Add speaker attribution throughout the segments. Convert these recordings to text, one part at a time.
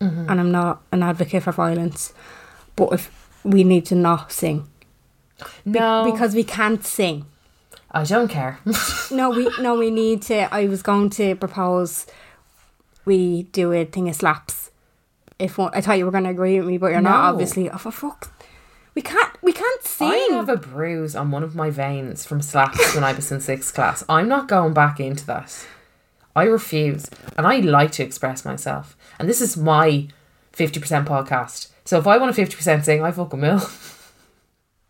Speaker 1: Mm-hmm.
Speaker 2: and I'm not an advocate for violence, but if we need to not sing
Speaker 1: No,
Speaker 2: because we can't sing.
Speaker 1: I don't care.
Speaker 2: No, we no, we need to. I was going to propose we do a thing of slaps. If one, I thought you were going to agree with me, but you're not.
Speaker 1: No.
Speaker 2: Obviously, oh for fuck, we can't. We can't sing.
Speaker 1: I have a bruise on one of my veins from slaps when I was in sixth class. I'm not going back into that. I refuse, and I like to express myself. And this is my fifty percent podcast. So if I want a fifty percent sing, I fucking will.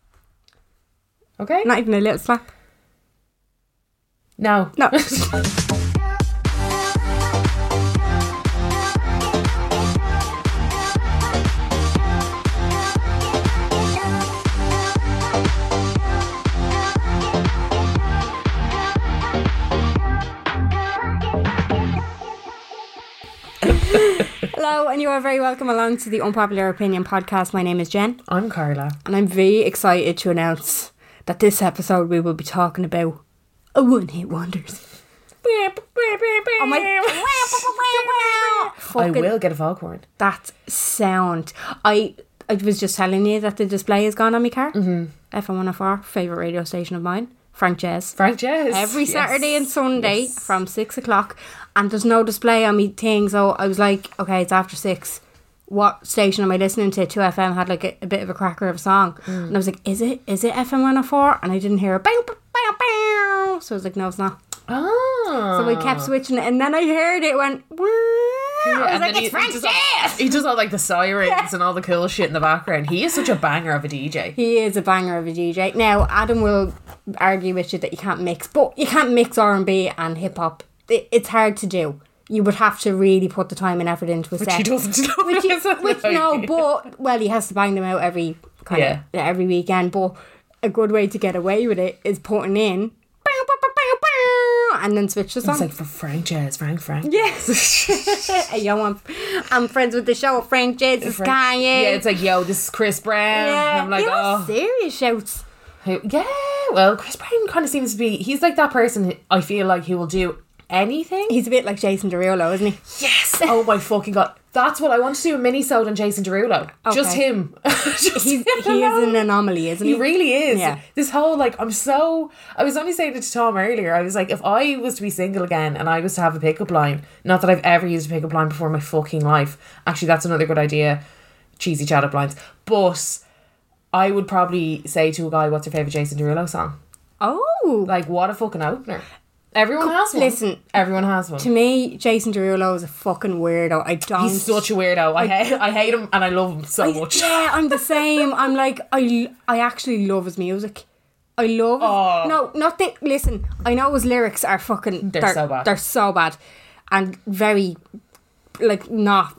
Speaker 1: okay.
Speaker 2: not even a little slap.
Speaker 1: No.
Speaker 2: No. Hello, and you are very welcome along to the Unpopular Opinion podcast. My name is Jen,
Speaker 1: I'm Carla.
Speaker 2: and I'm very excited to announce that this episode we will be talking about a one-hit wonders. Oh my!
Speaker 1: I
Speaker 2: Fucking-
Speaker 1: will get a foghorn.
Speaker 2: That sound. I I was just telling you that the display is gone on my car. Mm-hmm. FM104, favourite radio station of mine, Frank Jez.
Speaker 1: Frank Jez.
Speaker 2: Every
Speaker 1: Yes.
Speaker 2: Saturday and Sunday from six o'clock, and there's no display on me thing. So I was like, okay, it's after six. What station am I listening to? 2FM had like a, a bit of a cracker of a song. And I was like, is it? Is it FM 104? And I didn't hear a bang, bang, bang, bang. So I was like, no, it's not.
Speaker 1: Oh.
Speaker 2: So we kept switching it, and then I heard it went. "Wah." I was like,
Speaker 1: And then
Speaker 2: it's
Speaker 1: he,
Speaker 2: Frank
Speaker 1: he does all,
Speaker 2: Jez.
Speaker 1: he does all like the sirens and all the cool shit in the background. He is such a banger of a DJ.
Speaker 2: He is a banger of a DJ. Now Adam will argue with you that you can't mix, but you can't mix R and B and hip hop. It, it's hard to do. You would have to really put the time and effort into a
Speaker 1: Which
Speaker 2: set.
Speaker 1: he doesn't know.
Speaker 2: Which, he,
Speaker 1: isn't
Speaker 2: which
Speaker 1: he?
Speaker 2: no, but well, he has to bang them out every kind
Speaker 1: Yeah.
Speaker 2: of every weekend. But a good way to get away with it is putting in. "Bow, bow, bow, bow, bow," And then switch the song.
Speaker 1: It's like for Frank Jazz, Frank Frank.
Speaker 2: Yes. yo, I'm, I'm friends with the show. Frank Jez is
Speaker 1: Frank-
Speaker 2: Kanye.
Speaker 1: Yeah, it's like, yo, this is Chris Brown.
Speaker 2: yeah.
Speaker 1: And I'm like,
Speaker 2: you know,
Speaker 1: oh.
Speaker 2: serious shouts.
Speaker 1: Who, yeah, well, Chris Brown kind of seems to be, he's like that person, who- I feel like he will do anything.
Speaker 2: He's a bit like Jason Derulo, isn't he?
Speaker 1: yes. Oh my fucking God. That's what I want to do a mini sold on Jason Derulo. Just
Speaker 2: Okay.
Speaker 1: him. Just
Speaker 2: He's,
Speaker 1: him
Speaker 2: he is
Speaker 1: alone.
Speaker 2: an anomaly, isn't he?
Speaker 1: He really is.
Speaker 2: Yeah.
Speaker 1: This whole like I'm so I was only saying it to Tom earlier. I was like, if I was to be single again and I was to have a pickup line, not that I've ever used a pickup line before in my fucking life. Actually that's another good idea. Cheesy chat up lines. But I would probably say to a guy, What's your favourite Jason Derulo song?
Speaker 2: Oh,
Speaker 1: Like what a fucking opener. Everyone
Speaker 2: Co-
Speaker 1: has one.
Speaker 2: listen.
Speaker 1: Everyone has one.
Speaker 2: to me, Jason Derulo is a fucking weirdo. I don't.
Speaker 1: He's such a weirdo. I hate I hate him and I love him so much.
Speaker 2: Yeah, I'm the same. I'm like I I actually love his music. I love his, no, not the listen. I know his lyrics are fucking.
Speaker 1: Oh. They're so bad.
Speaker 2: They're so bad, and very like not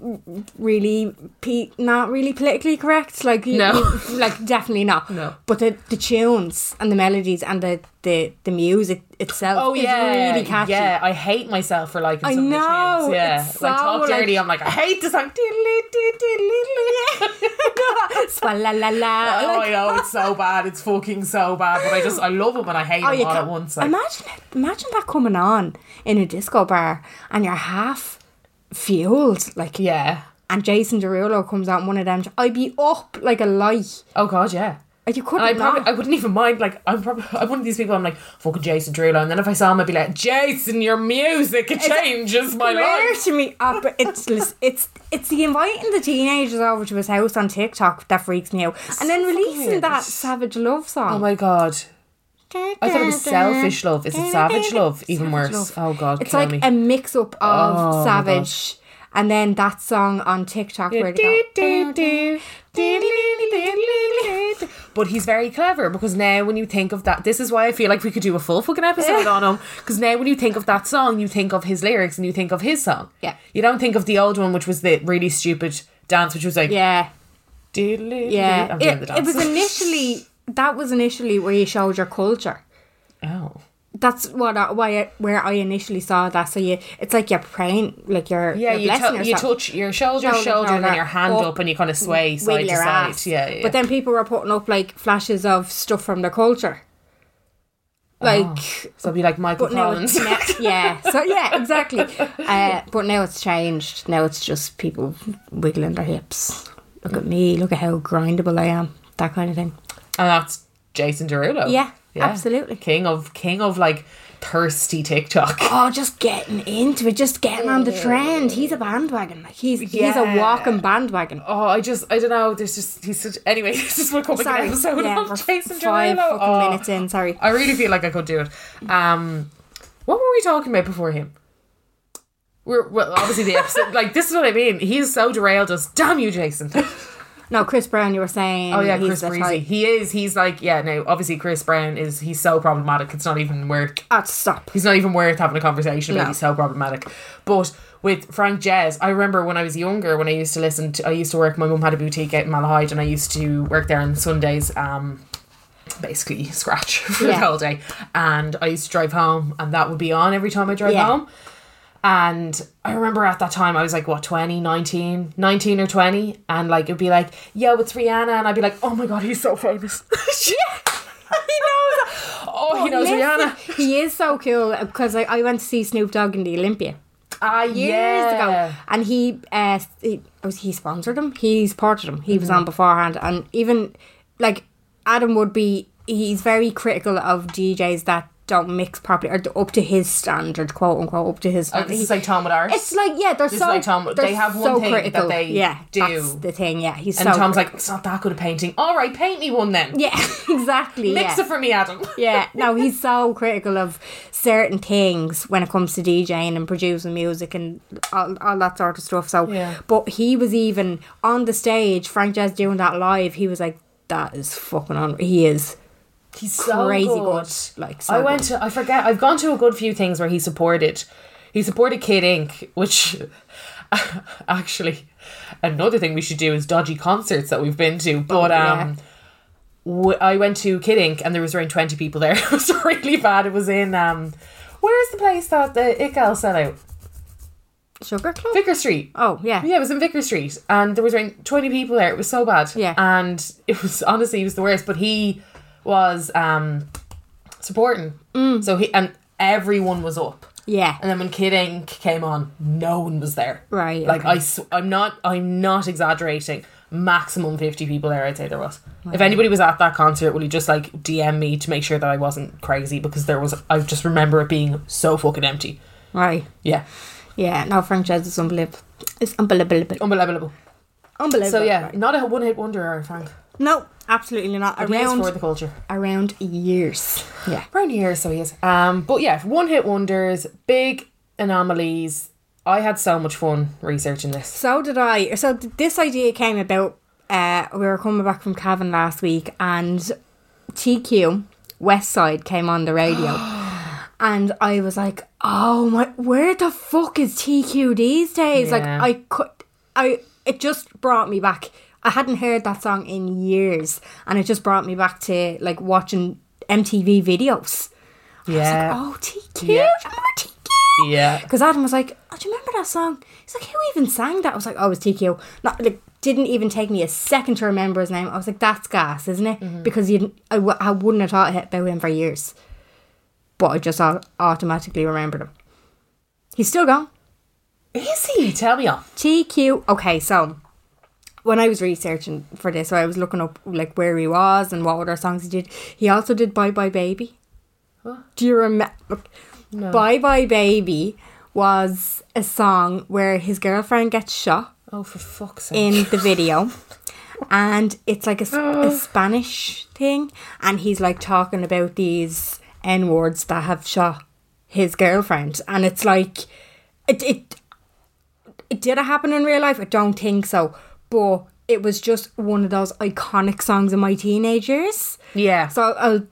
Speaker 2: really pe- not really politically correct. Like you-
Speaker 1: No.
Speaker 2: you- like definitely not.
Speaker 1: No.
Speaker 2: but the the tunes and the melodies and the the the music itself.
Speaker 1: Oh yeah,
Speaker 2: is really catchy.
Speaker 1: yeah. I hate myself for liking.
Speaker 2: I
Speaker 1: some
Speaker 2: know,
Speaker 1: Of the tunes. Yeah,
Speaker 2: it's
Speaker 1: like
Speaker 2: so,
Speaker 1: talk
Speaker 2: like-
Speaker 1: dirty. I'm like, I hate this song.
Speaker 2: Swalla la la.
Speaker 1: oh,
Speaker 2: Like,
Speaker 1: I know it's so bad. It's fucking so bad. But I just I love them and I hate
Speaker 2: Oh,
Speaker 1: them
Speaker 2: you
Speaker 1: all
Speaker 2: can't-
Speaker 1: at once. Like,
Speaker 2: imagine, imagine that coming on in a disco bar and you're half fueled, like
Speaker 1: yeah.
Speaker 2: And Jason Derulo comes out in one of them. I'd be up like a light.
Speaker 1: Oh god, yeah.
Speaker 2: Like you
Speaker 1: And I
Speaker 2: couldn't.
Speaker 1: probably
Speaker 2: not.
Speaker 1: I wouldn't even mind. Like I'm probably I'm one of these people. I'm like fucking Jason Derulo, and then if I saw him, I'd be like, Jason, your music it changes my
Speaker 2: Swear
Speaker 1: life.
Speaker 2: to me, oh, but it's lis- it's it's the inviting the teenagers over to his house on TikTok that freaks me out, and then releasing
Speaker 1: weird.
Speaker 2: that savage love song.
Speaker 1: Oh my god. I thought it was selfish love. Is it savage love? Even
Speaker 2: Savage
Speaker 1: worse.
Speaker 2: Love.
Speaker 1: Oh God,
Speaker 2: it's
Speaker 1: kill
Speaker 2: like
Speaker 1: me.
Speaker 2: a mix up of
Speaker 1: Oh my
Speaker 2: Savage and then that song on TikTok where they go.
Speaker 1: But he's very clever because now when you think of that, this is why I feel like we could do a full fucking episode on him. Because now when you think of that song, you think of his lyrics and you think of his song.
Speaker 2: Yeah.
Speaker 1: You don't think of the old one, which was the really stupid dance, which was like
Speaker 2: Yeah,
Speaker 1: diddly-
Speaker 2: yeah.
Speaker 1: I'm doing
Speaker 2: It,
Speaker 1: the
Speaker 2: it was
Speaker 1: dance.
Speaker 2: initially that was initially where you showed your culture.
Speaker 1: oh.
Speaker 2: That's what I, why I, where I initially saw that. So you, it's like you're praying, like you're
Speaker 1: Yeah,
Speaker 2: you're
Speaker 1: you,
Speaker 2: blessing
Speaker 1: tou- you
Speaker 2: yourself.
Speaker 1: touch your shoulder,
Speaker 2: Shoulder,
Speaker 1: shoulder, and then
Speaker 2: shoulder,
Speaker 1: your hand
Speaker 2: up,
Speaker 1: up, and you kind of sway side
Speaker 2: wiggle
Speaker 1: to
Speaker 2: your
Speaker 1: side.
Speaker 2: ass.
Speaker 1: Yeah, yeah.
Speaker 2: But then people were putting up like flashes of stuff from their culture.
Speaker 1: Oh.
Speaker 2: Like
Speaker 1: so it'd be like Michael
Speaker 2: but now
Speaker 1: Collins.
Speaker 2: it's now, yeah. So yeah, exactly. Uh, but now it's changed. Now it's just people wiggling their hips. Look at me, look at how grindable I am. That kind of thing.
Speaker 1: And that's Jason Derulo.
Speaker 2: Yeah, absolutely.
Speaker 1: King of king of like thirsty TikTok.
Speaker 2: Oh, just getting into it, just getting on the trend. He's a bandwagon. Like he's he's
Speaker 1: Mm. Yeah.
Speaker 2: a walking bandwagon.
Speaker 1: Oh, I just I don't know. There's just he's such anyway. This is what coming
Speaker 2: Sorry.
Speaker 1: an episode
Speaker 2: Yeah, we're
Speaker 1: of Jason
Speaker 2: five
Speaker 1: Derulo.
Speaker 2: fucking
Speaker 1: Oh,
Speaker 2: minutes in, sorry.
Speaker 1: I really feel like I could do it. Um, what were we talking about before him? We're well, obviously the episode. like this is what I mean. He's so derailed us. Damn you, Jason.
Speaker 2: No, Chris Brown, you were saying.
Speaker 1: Oh yeah,
Speaker 2: he's
Speaker 1: Chris
Speaker 2: the
Speaker 1: Breezy.
Speaker 2: type-
Speaker 1: He is. He's like yeah. No, obviously Chris Brown is. He's so problematic. It's not even worth.
Speaker 2: Oh, stop.
Speaker 1: He's not even worth having a conversation about.
Speaker 2: No.
Speaker 1: He's so problematic. But with Frank Jez, I remember when I was younger, when I used to listen to, I used to work, my mum had a boutique out in Malahide and I used to work there on Sundays, um, basically scratch for the
Speaker 2: Yeah.
Speaker 1: whole day. And I used to drive home and that would be on every time I drove
Speaker 2: Yeah.
Speaker 1: home. And I remember at that time I was like, what, 20, 19, 19 or 20? And like, it'd be like, yo, it's Rihanna. And I'd be like, oh my God, he's so famous. yeah. He knows. Oh, he knows
Speaker 2: Listen,
Speaker 1: Rihanna.
Speaker 2: He is so cool because I, I went to see Snoop Dogg in the Olympia.
Speaker 1: Ah,
Speaker 2: years ago, and he, uh, he was he sponsored him. He supported him. He
Speaker 1: Mm-hmm.
Speaker 2: was on beforehand, and even like Adam would be. He's very critical of DJs that don't mix properly or up to his standard, quote unquote, up to his.
Speaker 1: Oh,
Speaker 2: Standard.
Speaker 1: this is like Tom with ours.
Speaker 2: It's like yeah, they're
Speaker 1: This is
Speaker 2: so
Speaker 1: like Tom-
Speaker 2: they're
Speaker 1: they have one
Speaker 2: so
Speaker 1: thing that
Speaker 2: critical.
Speaker 1: they
Speaker 2: yeah,
Speaker 1: do.
Speaker 2: That's the thing, yeah, he's
Speaker 1: and
Speaker 2: so
Speaker 1: Tom's
Speaker 2: critical.
Speaker 1: like, it's not that good a painting. All right, paint me one then.
Speaker 2: yeah, exactly,
Speaker 1: Mix
Speaker 2: yeah.
Speaker 1: it for me, Adam.
Speaker 2: yeah, no, he's so critical of certain things when it comes to DJing and producing music and all, all that sort of stuff. So,
Speaker 1: Yeah.
Speaker 2: but he was even on the stage, Frank Jazz doing that live. He was like, "That is fucking on." He is.
Speaker 1: He's
Speaker 2: Crazy good. Like, so
Speaker 1: I went
Speaker 2: good.
Speaker 1: to, I forget, I've gone to a good few things where he supported, he supported Kid Inc., which actually, another thing we should do is dodgy concerts that we've been to. But,
Speaker 2: Oh, yeah.
Speaker 1: um, w- I went to Kid Inc. and there was around 20 people there. it was really bad. It was in, um, where's the place that the Ical set out?
Speaker 2: Sugar Club.
Speaker 1: Vicker Street.
Speaker 2: Oh yeah.
Speaker 1: Yeah, it was in Vicker Street, and there was around twenty people there. It was so bad.
Speaker 2: Yeah.
Speaker 1: and it was honestly it was the worst. But he was um supporting,
Speaker 2: Mm.
Speaker 1: so he and everyone was up.
Speaker 2: Yeah.
Speaker 1: And then when Kid Inc came on, no one was there.
Speaker 2: Right,
Speaker 1: Like
Speaker 2: okay.
Speaker 1: I, sw- I'm not, I'm not exaggerating. Maximum fifty people there. I'd say there was. If anybody was at that concert, will you just like DM me to make sure that I wasn't crazy because there was. I just remember it being so fucking empty.
Speaker 2: Right.
Speaker 1: Yeah,
Speaker 2: Yeah. No, Frank Jazz is unbelievable. It's unbelievable.
Speaker 1: unbelievable.
Speaker 2: Unbelievable.
Speaker 1: So yeah,
Speaker 2: right.
Speaker 1: not a one hit wonder, Frank.
Speaker 2: No, absolutely not.
Speaker 1: He is
Speaker 2: Around
Speaker 1: for the culture.
Speaker 2: around years. Yeah.
Speaker 1: Around here, so he is. Um, but yeah, one hit wonders, big anomalies. I had so much fun researching this.
Speaker 2: So did I. So th- this idea came about. Uh, we were coming back from Cavan last week, and TQ Westside came on the radio, and I was like, "Oh my, where the fuck is TQ these days?"
Speaker 1: Yeah.
Speaker 2: Like I could, I it just brought me back. I hadn't heard that song in years, and it just brought me back to like watching MTV videos.
Speaker 1: Yeah,
Speaker 2: Oh, TQ,
Speaker 1: Yeah.
Speaker 2: do you remember TQ?
Speaker 1: yeah.
Speaker 2: Because Adam was like, oh, do you remember that song? He's like, who even sang that? I was like, oh, it was TQ. Not, like, didn't even take me a second to remember his name. I was like, that's gas, isn't it?
Speaker 1: Mm-hmm.
Speaker 2: Because you, I, w- I wouldn't have thought about him for years. But I just au- automatically remembered him. He's still gone.
Speaker 1: Is he? Tell me on.
Speaker 2: TQ. Okay, so when I was researching for this, so I was looking up like where he was and what other songs he did. He also did Bye Bye Baby. Do you remember? Bye Bye Baby was a song where his girlfriend gets shot
Speaker 1: Oh, for fuck's sake!
Speaker 2: in the video. and it's like a, s-
Speaker 1: Oh.
Speaker 2: a Spanish thing, and he's like talking about these N words that have shot his girlfriend, and it's like, it, it, it did it happen in real life? I don't think so, but it was just one of those iconic songs of my teenage years.
Speaker 1: Yeah.
Speaker 2: So I'll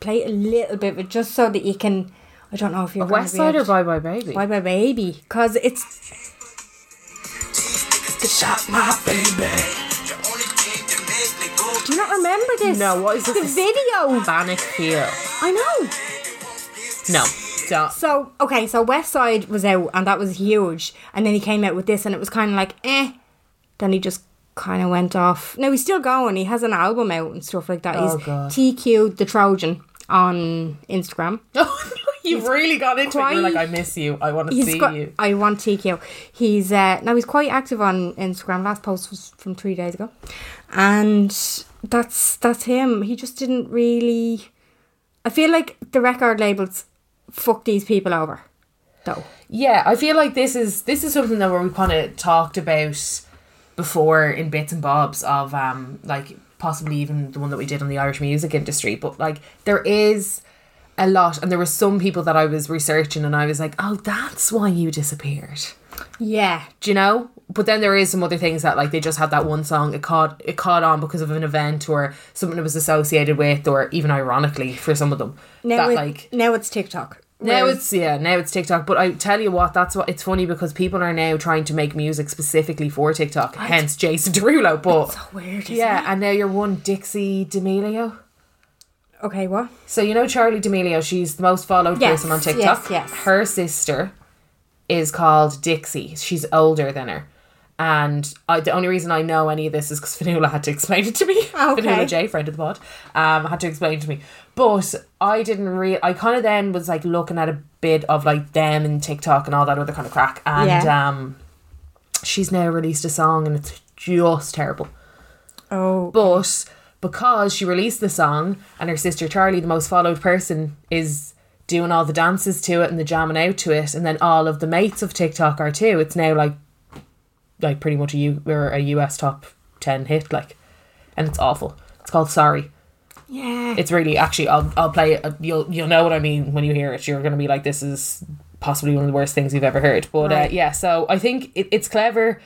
Speaker 2: play a little bit, but just so that you can. I don't know if you're
Speaker 1: West
Speaker 2: gonna
Speaker 1: Side
Speaker 2: be
Speaker 1: or
Speaker 2: able to-
Speaker 1: Bye Bye Baby?
Speaker 2: Bye bye baby, because it's do you not remember this?
Speaker 1: No, what is
Speaker 2: the
Speaker 1: this? This-
Speaker 2: video?
Speaker 1: Manic Feel.
Speaker 2: I know.
Speaker 1: No. Don't.
Speaker 2: So okay, so West Side was out and that was huge, and then he came out with this, and it was kind of like eh. Then he just kind of went off. No, he's still going. He has an album out and stuff like that.
Speaker 1: Oh,
Speaker 2: he's
Speaker 1: God.
Speaker 2: TQ the Trojan on Instagram.
Speaker 1: You've really got into it. You're
Speaker 2: quite-
Speaker 1: like, I miss you. I want to
Speaker 2: He's
Speaker 1: see
Speaker 2: got-
Speaker 1: you.
Speaker 2: I want TQ. He's uh now he's quite active on Instagram. Last post was from three days ago, and that's that's him. He just didn't really. I feel like the record labels fuck these people over, though.
Speaker 1: Yeah, I feel like this is this is something that we kind of talked about before in bits and bobs of um like possibly even the one that we did on the Irish music industry, but like there is a lot, and there were some people that I was researching, and I was like, oh, that's why you disappeared.
Speaker 2: Yeah,
Speaker 1: Do you know? But then there is some other things that like they just had that one song it caught it caught on because of an event or something it was associated with or even ironically for some of them
Speaker 2: now
Speaker 1: that
Speaker 2: it,
Speaker 1: like
Speaker 2: now it's TikTok.
Speaker 1: now
Speaker 2: Whereas-
Speaker 1: it's yeah, now it's TikTok. But I tell you what, that's what it's funny because people are now trying to make music specifically for TikTok. Hence Jason Derulo. But
Speaker 2: so weird. Isn't
Speaker 1: yeah,
Speaker 2: it?
Speaker 1: and now you're one Dixie D'Amelio.
Speaker 2: Okay. What?
Speaker 1: So you know Charlie D'Amelio, she's the most followed
Speaker 2: Yes,
Speaker 1: person on TikTok.
Speaker 2: yes, yes.
Speaker 1: Her sister is called Dixie. She's older than her. And I, the only reason I know any of this is because Fanula had to explain it to me.
Speaker 2: Ah, Okay.
Speaker 1: Fanula J, friend of the pod, um, had to explain it to me. But I didn't really. I kind of then was like looking at a bit of like them and TikTok and all that other kind of crack. And
Speaker 2: Yeah.
Speaker 1: um, she's now released a song and it's just terrible.
Speaker 2: Oh,
Speaker 1: But because she released the song and her sister Charlie, the most followed person, is doing all the dances to it and the jamming out to it, and then all of the mates of TikTok are too. It's now like, like pretty much a U or a US top ten hit, like, and it's awful. It's called Sorry.
Speaker 2: yeah.
Speaker 1: It's really actually. I'll I'll play it. You'll you'll know what I mean when you hear it. You're gonna be like, this is possibly one of the worst things you've ever heard. But uh,
Speaker 2: Right.
Speaker 1: yeah, so I think it, it's clever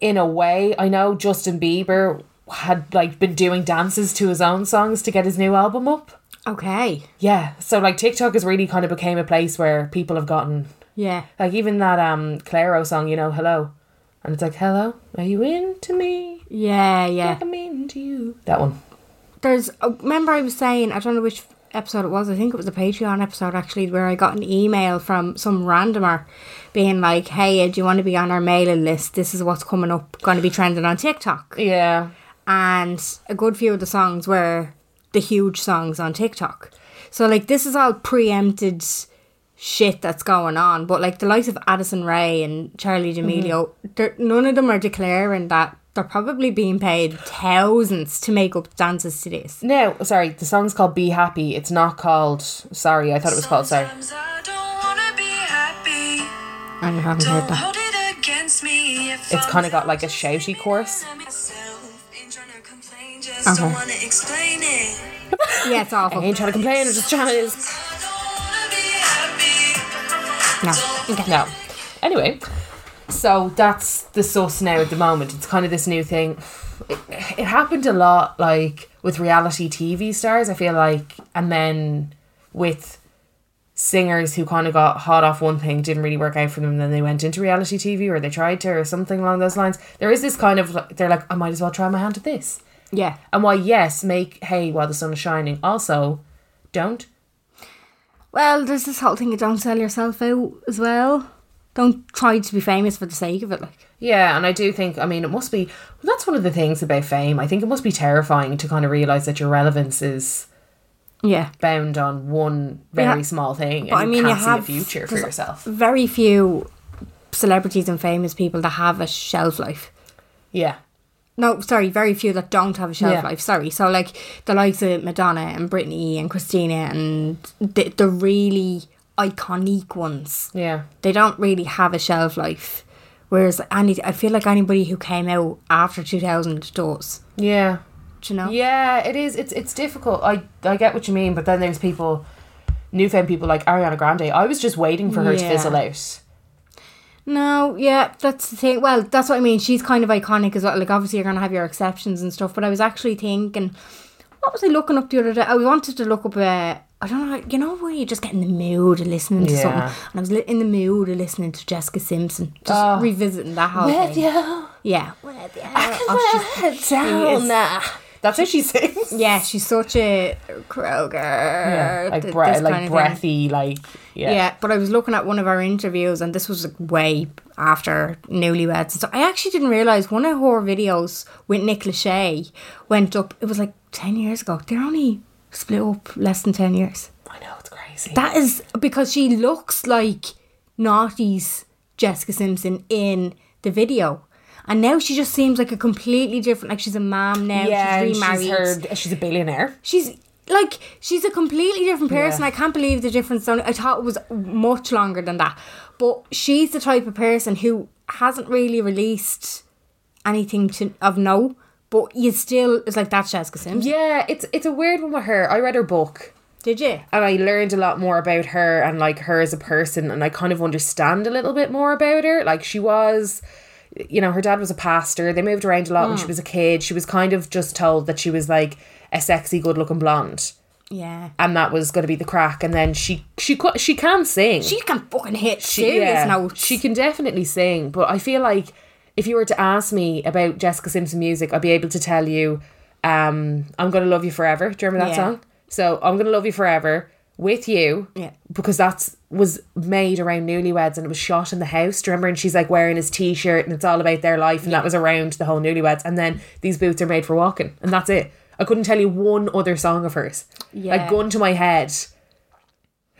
Speaker 1: in a way. I know Justin Bieber had like been doing dances to his own songs to get his new album up.
Speaker 2: okay.
Speaker 1: Yeah, so like TikTok has really kind of became a place where people have gotten
Speaker 2: Yeah.
Speaker 1: like even that um Clairo song, you know, hello, and it's like hello, are you into me?
Speaker 2: Yeah. Yeah.
Speaker 1: I'm into you. That one.
Speaker 2: there's uh, remember I was saying I don't know which episode it was I think it was the Patreon episode actually where I got an email from some randomer being like hey do you want to be on our mailing list this is what's coming up going to be trending on TikTok
Speaker 1: Yeah.
Speaker 2: and a good few of the songs were the huge songs on TikTok so like this is all preempted shit that's going on but like the likes of Addison Ray and Charlie D'Amelio they're none of them are declaring that they're probably being paid thousands to make up dances to this
Speaker 1: No, sorry, the song's called Be Happy. It's not called Sorry. I thought it was called Sorry.
Speaker 3: Sometimes I don't wanna be happy.
Speaker 2: I haven't heard
Speaker 3: Don't
Speaker 2: that.
Speaker 3: hold it against me if
Speaker 1: It's
Speaker 3: I'm
Speaker 1: kinda got, like, a
Speaker 3: just
Speaker 1: shouty
Speaker 3: being
Speaker 1: chorus.
Speaker 3: myself. Ain't tryna complain, just don't
Speaker 2: Okay.
Speaker 3: wanna explain it.
Speaker 2: Yeah, it's awful.
Speaker 1: I ain't trying to complain, I'm just trying to.
Speaker 3: I don't wanna be happy.
Speaker 2: No.
Speaker 3: Don't
Speaker 2: Okay.
Speaker 1: No. Anyway, so that's the source now at the moment. It's kind of this new thing. It, it happened a lot, like with reality TV stars, I feel like, and then with singers who kind of got hot off one thing, didn't really work out for them, then they went into reality TV or they tried to or something along those lines. There is this kind of, like- they're like, I might as well try my hand at this.
Speaker 2: Yeah.
Speaker 1: And why, yes, make hay while the sun is shining. Also, don't.
Speaker 2: Well, there's this whole thing of don't sell yourself out as well. Don't try to be famous for the sake of it. Like,
Speaker 1: Yeah, and I do think, I mean, it must be, well, that's one of the things about fame. I think it must be terrifying to kind of realize that your relevance is
Speaker 2: yeah.
Speaker 1: bound on one very
Speaker 2: Yeah.
Speaker 1: small thing.
Speaker 2: But
Speaker 1: and
Speaker 2: I mean,
Speaker 1: you
Speaker 2: you
Speaker 1: can't
Speaker 2: have
Speaker 1: see a future for
Speaker 2: there's
Speaker 1: yourself.
Speaker 2: Very few celebrities and famous people that have a shelf life.
Speaker 1: Yeah.
Speaker 2: No, sorry, very few that don't have a shelf
Speaker 1: Yeah.
Speaker 2: life. Sorry. So, like, the likes of Madonna and Britney and Christina and the, the really iconic ones.
Speaker 1: Yeah.
Speaker 2: they don't really have a shelf life. Whereas any, I feel like anybody who came out after 2000 does.
Speaker 1: Yeah.
Speaker 2: Do you know?
Speaker 1: Yeah, it is. It's it's difficult. I I get what you mean, but then there's people, newfound people like Ariana Grande. I was just waiting for her to
Speaker 2: Yeah.
Speaker 1: fizzle out.
Speaker 2: No, yeah, that's the thing. Well, that's what I mean. She's kind of iconic as well. Like, obviously, you're going to have your exceptions and stuff, but I was actually thinking, what was I looking up the other day? I wanted to look up, uh, I don't know, you know, where you just get in the mood of listening to
Speaker 1: Yeah.
Speaker 2: something. And I was li- in the mood of listening to Jessica Simpson, just
Speaker 1: Oh.
Speaker 2: revisiting that whole thing. Yeah. Oh, she's- she is-
Speaker 1: That's how she sings.
Speaker 2: Yeah, she's such a Kroger. Yeah,
Speaker 1: like bre- like breathy, like yeah.
Speaker 2: Yeah. but I was looking at one of our interviews, and this was like way after Newlyweds and stuff. I actually didn't realize one of her videos with Nick Lachey went up. It was like ten years ago. They're only split up less than ten years.
Speaker 1: I know it's crazy.
Speaker 2: That is because she looks like Naughty's Jessica Simpson in the video. And now she just seems like a completely different, like she's a mom now,
Speaker 1: yeah, and
Speaker 2: she's remarried.
Speaker 1: she's heard. uh, She's a billionaire.
Speaker 2: She's like she's a completely different person.
Speaker 1: Yeah.
Speaker 2: I can't believe the difference. on- I thought it was much longer than that, but she's the type of person who hasn't really released anything to of no. But you still it's like that's Jessica Simpson.
Speaker 1: Yeah, it's it's a weird one with her. I read her book.
Speaker 2: Did you?
Speaker 1: and I learned a lot more about her and like her as a person and I kind of understand a little bit more about her. Like she was you know, her dad was a pastor. They moved around a lot when she was a kid. She was kind of just told that she was like a sexy, good-looking blonde
Speaker 2: Yeah.
Speaker 1: and that was going to be the crack and then she she cou- she can sing.
Speaker 2: She can fucking hit
Speaker 1: She-
Speaker 2: serious
Speaker 1: yeah,
Speaker 2: notes.
Speaker 1: She can definitely sing, but I feel like if you were to ask me about Jessica Simpson music, I'd be able to tell you, um, "I'm gonna love you forever." Do you remember that
Speaker 2: Yeah.
Speaker 1: song? So I'm gonna love you forever with you,
Speaker 2: Yeah.
Speaker 1: because that's was made around Newlyweds and it was shot in the house. Do you remember? And she's like wearing his t-shirt and it's all about their life, and that was around the whole Newlyweds. And then these boots are made for walking, and that's it. I couldn't tell you one other song of hers.
Speaker 2: Yeah.
Speaker 1: Like gun to my head.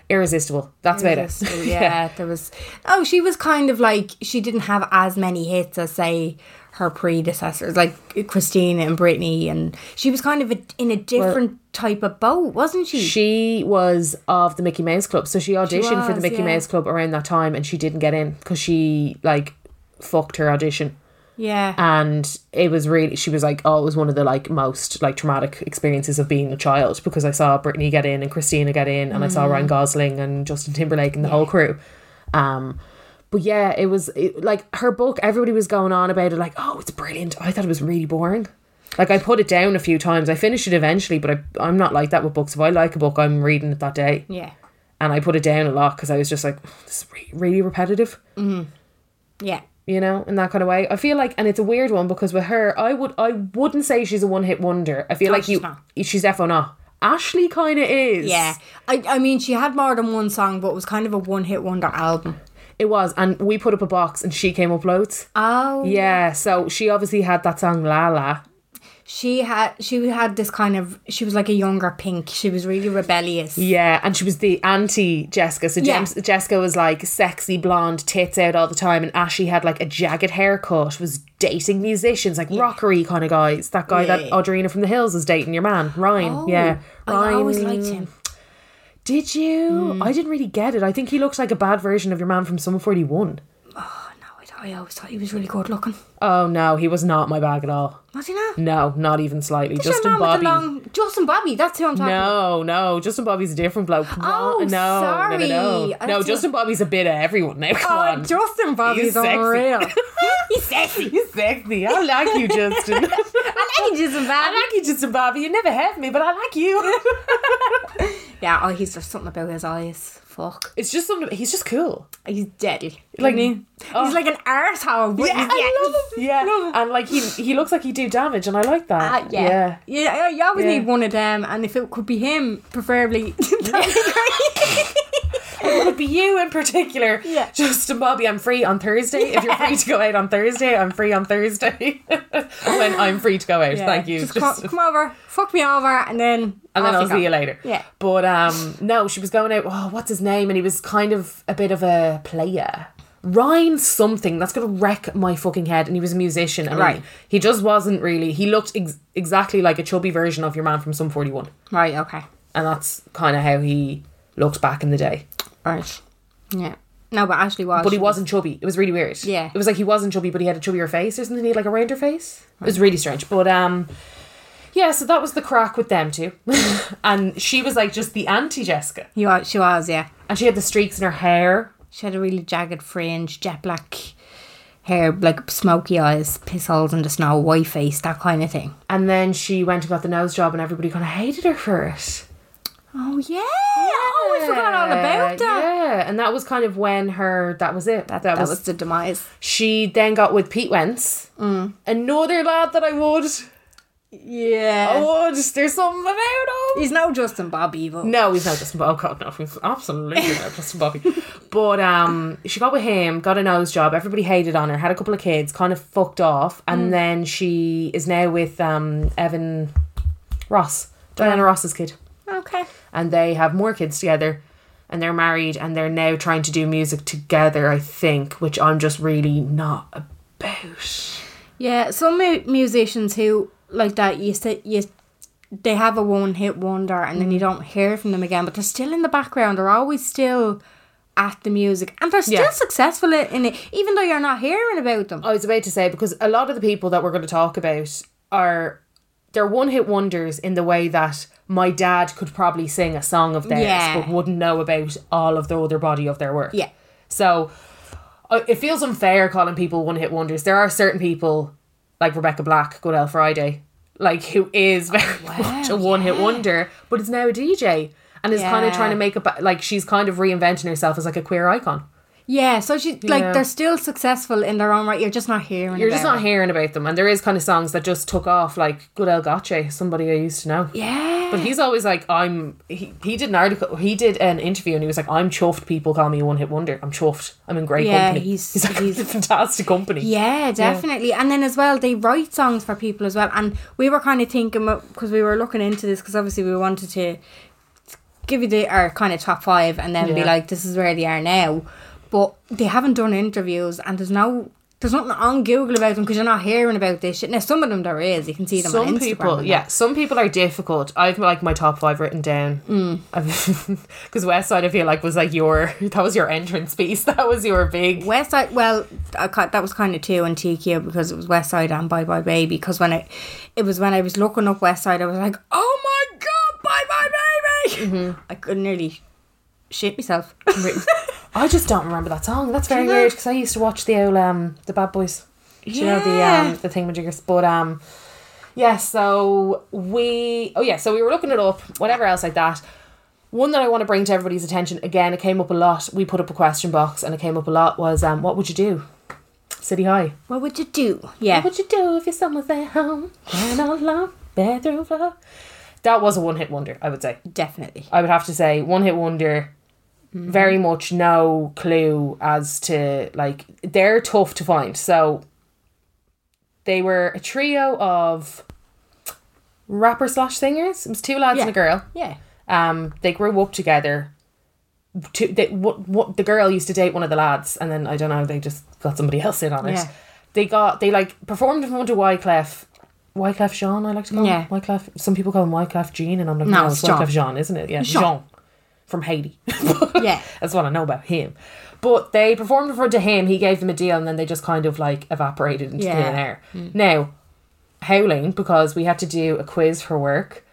Speaker 1: Irresistible. That's about
Speaker 2: Irresistible,
Speaker 1: it.
Speaker 2: yeah, there was. Oh, she was kind of like she didn't have as many hits as say her predecessors, like Christina and Britney, and she was kind of a, in a different type of boat, wasn't she?
Speaker 1: She was of the Mickey Mouse Club, so she auditioned for the
Speaker 2: was,
Speaker 1: Mickey
Speaker 2: yeah.
Speaker 1: Mouse Club around that time, and she didn't get in because she like fucked her audition,
Speaker 2: yeah,
Speaker 1: and it was really she was like, oh, it was one of the like most like traumatic experiences of being a child because I saw Britney get in and Christina get in, and I saw Ryan Gosling and Justin Timberlake and the whole crew, um. But yeah, it was it, like her book. Everybody was going on about it, like, "Oh, it's brilliant." I thought it was really boring. Like I put it down a few times. I finished it eventually, but I, I'm not like that with books. If I like a book, I'm reading it that day
Speaker 2: yeah,
Speaker 1: and I put it down a lot because I was just like, this is re- really repetitive,
Speaker 2: yeah.
Speaker 1: you know, in that kind of way. I feel like, and it's a weird one because with her, I would, I wouldn't say she's a one hit wonder. I feel like
Speaker 2: she's
Speaker 1: you,
Speaker 2: not.
Speaker 1: she's F or not. Ashley kind of is.
Speaker 2: Yeah, I, I mean, she had more than one song, but it was kind of a one hit wonder album.
Speaker 1: it was, and we put up a box, and she came up loads.
Speaker 2: Oh,
Speaker 1: yeah, so she obviously had that song La La.
Speaker 2: she had she had this kind of she was like a younger Pink. She was really rebellious.
Speaker 1: Yeah, and she was the anti Jessica. So
Speaker 2: Yeah.
Speaker 1: James, Jessica was like sexy blonde, tits out all the time, and Ashley had like a jagged haircut, was dating musicians, like rockery kind of guys. That guy that Audrina from the Hills was dating, your man, Ryan. yeah.
Speaker 2: Oh, I
Speaker 1: Ryan.
Speaker 2: always liked him.
Speaker 1: Did you?
Speaker 2: Hmm.
Speaker 1: I didn't really get it. I think he looked like a bad version of your man from Summer 41.
Speaker 2: No, I, thought- I always thought he was really good looking.
Speaker 1: Oh no, he was not my bag at all.
Speaker 2: Was he not?
Speaker 1: No, not even slightly.
Speaker 2: Just
Speaker 1: Justin
Speaker 2: your man with
Speaker 1: Bobby.
Speaker 2: the long Justin Bobby. That's who I'm talking. about.
Speaker 1: No, no, Justin Bobby's a different bloke.
Speaker 2: Oh,
Speaker 1: no, no,
Speaker 2: sorry.
Speaker 1: no, no,
Speaker 2: I
Speaker 1: no. No,
Speaker 2: thought-
Speaker 1: Justin Bobby's a bit of everyone now. Come
Speaker 2: Oh,
Speaker 1: on.
Speaker 2: Justin Bobby's
Speaker 1: He's sexy.
Speaker 2: unreal. He's sexy.
Speaker 1: He's sexy. I like you,
Speaker 2: I
Speaker 1: Justin.
Speaker 2: like Justin Bobby.
Speaker 1: I like you, Justin Bobby. You never have me, but I like you.
Speaker 2: Yeah, oh, he's just something about his eyes. Fuck.
Speaker 1: it's just something. He's just cool.
Speaker 2: He's deadly. Like
Speaker 1: Like-
Speaker 2: me.
Speaker 1: oh.
Speaker 2: He's like an arsehole. but he's deadly.
Speaker 1: Yeah, and like he he looks like he do damage, and I like that.
Speaker 2: Ah, yeah. yeah. I- you always
Speaker 1: Yeah.
Speaker 2: need one of them, and if it could be him, preferably.
Speaker 1: it would be you in particular.
Speaker 2: Yeah.
Speaker 1: Justin Bobby. I'm free on Thursday. If you're free to go out on Thursday, I'm free on Thursday. when I'm free to go out, thank you.
Speaker 2: Just, come, come over, fuck me over, and then.
Speaker 1: and then
Speaker 2: off
Speaker 1: I'll
Speaker 2: go.
Speaker 1: see you later.
Speaker 2: Yeah.
Speaker 1: But um, no, she was going out. Oh, what's his name? And he was kind of a bit of a player. Ryan something that's gonna wreck my fucking head. And he was a musician. And
Speaker 2: Right.
Speaker 1: He, he just wasn't really. He looked ex- exactly like a chubby version of your man from Sum Forty One,
Speaker 2: Right, okay.
Speaker 1: and that's kind of how he looked back in the day.
Speaker 2: Right. Yeah. No, but Ashley was.
Speaker 1: But he wasn't chubby. It was really weird.
Speaker 2: Yeah.
Speaker 1: It was like he wasn't chubby, but he had a chubbier face or something. He had like a rounder face. It was really strange. But um yeah, so that was the crack with them two. and she was like just the anti Jessica.
Speaker 2: He was, she was, yeah.
Speaker 1: And she had the streaks in her hair.
Speaker 2: She had a really jagged fringe, jet black hair, like smoky eyes, piss holes in the snow, white face, that kind of thing.
Speaker 1: And then she went and got the nose job and everybody kinda hated her for it.
Speaker 2: Oh yeah! Oh, we forgot all about that.
Speaker 1: Yeah. And that was kind of when her that was it. That,
Speaker 2: That was the demise.
Speaker 1: she then got with Pete Wentz.
Speaker 2: Mm.
Speaker 1: Another lad that I would
Speaker 2: Yeah.
Speaker 1: I would there's something about him.
Speaker 2: Oh, He's no Justin Bob Evil.
Speaker 1: No, he's not Justin Bobby. Oh god, no, he's absolutely not Justin Bobby. But um, she got with him, got a nose job. Everybody hated on her. Had a couple of kids, kind of fucked off, and then she is now with um Evan Ross, Diana Ross's kid,
Speaker 2: Okay.
Speaker 1: and they have more kids together, and they're married, and they're now trying to do music together. I think, which I'm just really not about.
Speaker 2: Yeah, some mu- musicians who like that you say you they have a one hit wonder and then you don't hear from them again, but they're still in the background. They're always still at the music and they're still
Speaker 1: Yeah.
Speaker 2: successful i- in it, even though you're not hearing about them.
Speaker 1: I was about to say because a lot of the people that we're going to talk about are they're one hit wonders in the way that my dad could probably sing a song of theirs
Speaker 2: Yeah.
Speaker 1: but wouldn't know about all of the other body of their work.
Speaker 2: Yeah.
Speaker 1: So I- it feels unfair calling people one hit wonders. There are certain people like Rebecca Black, Good El Friday, like who is
Speaker 2: Oh,
Speaker 1: very much a one hit wonder, but is now a DJ and is kind of
Speaker 2: Yeah.
Speaker 1: trying to make a ba- like she's kind of reinventing herself as like a queer icon.
Speaker 2: Yeah, so she like
Speaker 1: Yeah.
Speaker 2: they're still successful in their own right. You're just not hearing.
Speaker 1: You're just
Speaker 2: about
Speaker 1: not
Speaker 2: it.
Speaker 1: hearing about them, and there is kind of songs that just took off, like Good El Gache, somebody I used to know.
Speaker 2: Yeah.
Speaker 1: But he's always like, I'm. He, he did an article, he did an interview, and he was like, I'm chuffed. People call me a one hit wonder. I'm chuffed. I'm in great
Speaker 2: Yeah,
Speaker 1: company.
Speaker 2: he's-
Speaker 1: he's like,
Speaker 2: he's-
Speaker 1: a fantastic company.
Speaker 2: Yeah, definitely. And then as well, they write songs for people as well. And we were kind of thinking because we were looking into this because obviously we wanted to give you the our kind of top five and then be
Speaker 1: Yeah.
Speaker 2: like, this is where they are now. But they haven't done interviews and there's no. There's nothing on Google about them because you're not hearing about this shit. Now some of them there is. You can see them on
Speaker 1: Some
Speaker 2: Instagram.
Speaker 1: people,
Speaker 2: and
Speaker 1: yeah,
Speaker 2: that.
Speaker 1: some people are difficult. I've like my top five written down.
Speaker 2: Mm.
Speaker 1: Because West Side, I feel like, was like your, that was your entrance piece. That was your big.
Speaker 2: West Side. Well, I ca- that was kind of two and TQ because it was West Side and Bye Bye Baby. Because when I, it was when I was looking up West Side, I was like, oh my god, Bye Bye Baby!
Speaker 1: Mm-hmm.
Speaker 2: I could nearly shit myself.
Speaker 1: I just don't remember that song. That's very weird because I used to watch the old um the Bad Boys. Do You know the
Speaker 2: Yeah.
Speaker 1: um the thingamajiggers, but um yeah. So we oh yeah. So we were looking it up. Whatever else like that. One that I want to bring to everybody's attention again. It came up a lot. We put up a question box and it came up a lot. Was um what would you do? City High.
Speaker 2: what would you do? Yeah,
Speaker 1: What would you do if your son was at home? Crying all alone, bedroom floor. That was a one hit wonder. I would say.
Speaker 2: definitely.
Speaker 1: I would have to say one hit wonder. Very much no clue as to like they're tough to find. So they were a trio of rapper slash singers. It was two lads and a
Speaker 2: Yeah.
Speaker 1: girl.
Speaker 2: Yeah.
Speaker 1: Um, they grew up together. Two, they, what, what the girl used to date one of the lads, and then I don't know. They just got somebody else in on it.
Speaker 2: Yeah.
Speaker 1: They got they like performed in front of Wyclef. Wyclef Jean, I like to call
Speaker 2: Yeah.
Speaker 1: him. Wyclef. Some people call him Wyclef Jean, and I'm like,
Speaker 2: No,
Speaker 1: no,
Speaker 2: it's
Speaker 1: it's Wyclef
Speaker 2: Jean.
Speaker 1: Jean, isn't it? Yeah,
Speaker 2: Jean.
Speaker 1: Jean, from Haiti.
Speaker 2: Yeah.
Speaker 1: that's what I know about him. But they performed in front of him. He gave them a deal, and then they just kind of like evaporated into
Speaker 2: Yeah. Mm.
Speaker 1: thin air. Now, howling because we had to do a quiz for work.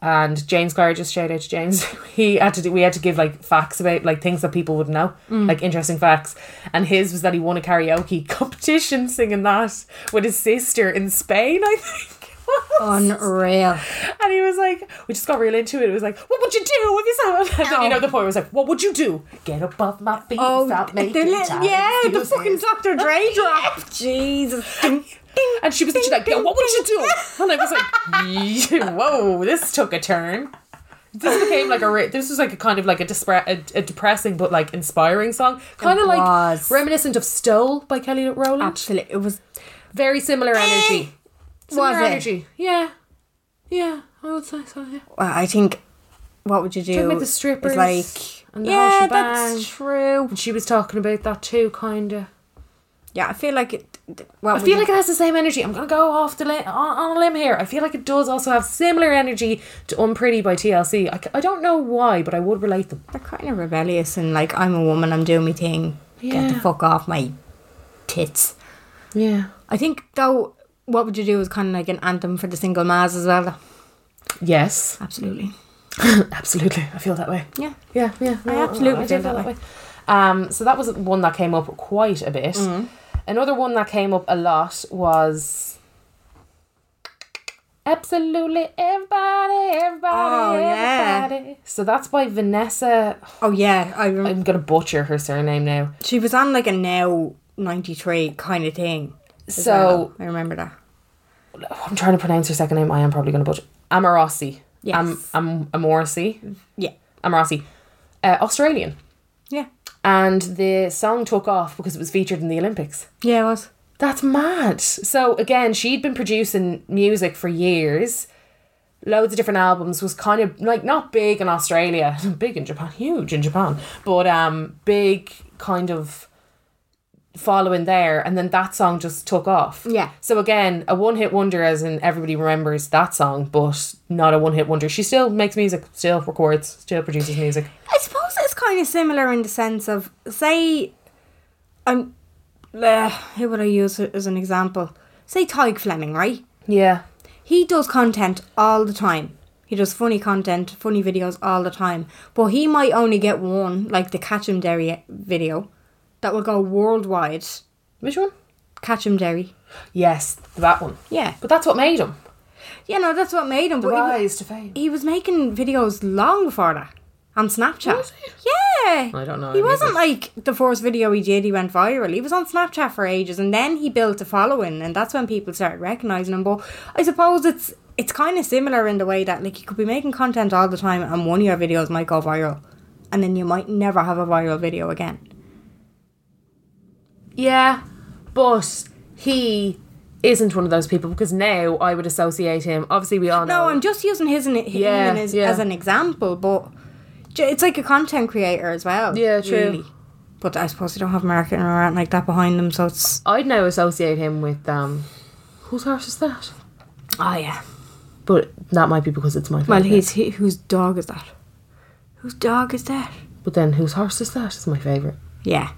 Speaker 1: And James Clare, just shout out to James. He had to do, we had to give like facts about like things that people would know, like interesting facts. And his was that he won a karaoke competition singing that with his sister in Spain, I think. it was.
Speaker 2: Oh, Unreal.
Speaker 1: And he was like, we just got real into it. It was like, what would you do with yourself? And then you know the poet was like, what would you do? Get above my feet
Speaker 2: Oh,
Speaker 1: without
Speaker 2: the
Speaker 1: making
Speaker 2: little,
Speaker 1: time
Speaker 2: yeah, the
Speaker 1: excuses."
Speaker 2: fucking Dr. Dre drop. Jesus. Ding, ding.
Speaker 1: And she was literally like, yeah, what would you do? And I was like, "Yeah, whoa, this took a turn. This became like a re- this was like a kind of like a, dispre- a, a depressing but like inspiring song, kind of like
Speaker 2: was.
Speaker 1: reminiscent of "Stole" by Kelly Rowland.
Speaker 2: Absolutely, it was.
Speaker 1: Very similar energy. Similar
Speaker 2: Was it?
Speaker 1: energy? Yeah, yeah. I would say so. Yeah.
Speaker 2: Well, I think. What would you do?
Speaker 1: Talking about the
Speaker 2: is
Speaker 1: strippers
Speaker 2: like.
Speaker 1: and the whole
Speaker 2: yeah,
Speaker 1: shebang.
Speaker 2: that's true.
Speaker 1: And she was talking about that too, kind of.
Speaker 2: Yeah, I feel like it. What
Speaker 1: I
Speaker 2: would
Speaker 1: feel
Speaker 2: you-
Speaker 1: like it has the same energy. I'm gonna go off the li- on, on a limb here. I feel like it does also have similar energy to Unpretty by TLC. I, c- I don't know why, but I would relate them.
Speaker 2: they're kind of rebellious and like I'm a woman, I'm doing my thing. Get the
Speaker 1: Yeah.
Speaker 2: fuck off my tits.
Speaker 1: Yeah.
Speaker 2: I think though, what would you do is kind of like an anthem for the single mas as well. though.
Speaker 1: Yes.
Speaker 2: Absolutely.
Speaker 1: Absolutely. I feel that way.
Speaker 2: Yeah.
Speaker 1: Yeah. Yeah.
Speaker 2: I absolutely feel that way.
Speaker 1: Um. So that was one that came up quite a bit.
Speaker 2: Mm-hmm.
Speaker 1: Another one that came up a lot was. Absolutely everybody, everybody,
Speaker 2: Oh, yeah.
Speaker 1: everybody. So that's by Vanessa.
Speaker 2: Oh yeah, I remember.
Speaker 1: I'm gonna butcher her surname now.
Speaker 2: She was on like a now ninety three kind of thing. as
Speaker 1: So-
Speaker 2: well. I remember that.
Speaker 1: I'm trying to pronounce her second name. I am probably going to butcher. Amorossi.
Speaker 2: Yes.
Speaker 1: Am, am, Amorossi.
Speaker 2: Yeah.
Speaker 1: Amorossi. Uh, Australian.
Speaker 2: Yeah.
Speaker 1: And the song took off because it was featured in the Olympics.
Speaker 2: Yeah, it was.
Speaker 1: That's mad. So again, she'd been producing music for years, loads of different albums. Was kind of like not big in Australia, big in Japan, huge in Japan, but um, big kind of following there. And then that song just took off.
Speaker 2: Yeah.
Speaker 1: So again, a one-hit wonder, as in everybody remembers that song, but not a one-hit wonder. She still makes music, still records, still produces music.
Speaker 2: I suppose it's kind of similar in the sense of say, I'm. Uh, who would I use as an example? Say Tyg Fleming, right?
Speaker 1: Yeah.
Speaker 2: he does content all the time. He does funny content, funny videos all the time. But he might only get one, like the Catch 'em Dairy video, that will go worldwide.
Speaker 1: Which one?
Speaker 2: Catch 'em Dairy.
Speaker 1: Yes, that one.
Speaker 2: Yeah.
Speaker 1: But that's what made him
Speaker 2: Yeah, no, that's what made him. But he wa-
Speaker 1: rise to fame.
Speaker 2: he, was making videos long before that on Snapchat. Yeah.
Speaker 1: I don't know
Speaker 2: He
Speaker 1: any of
Speaker 2: wasn't
Speaker 1: it.
Speaker 2: like the first video he did, he went viral. He was on Snapchat for ages and then he built a following and that's when people started recognizing him. But I suppose it's it's kind of similar in the way that like you could be making content all the time and one of your videos might go viral and then you might never have a viral video again.
Speaker 1: Yeah, but he isn't one of those people because now I would associate him. Obviously, we all know.
Speaker 2: No, I'm just using his, an, him
Speaker 1: Yeah,
Speaker 2: as,
Speaker 1: yeah.
Speaker 2: as an example, but j- it's like a content creator as well.
Speaker 1: Yeah, true.
Speaker 2: But I suppose they don't have marketing or anything like that behind them, so it's.
Speaker 1: I'd now associate him with um, whose horse is that?
Speaker 2: Oh, yeah.
Speaker 1: But that might be because it's my favorite.
Speaker 2: Well, he's. He, whose dog is that? Whose dog is that?
Speaker 1: But then whose horse is that? Is my favorite.
Speaker 2: Yeah.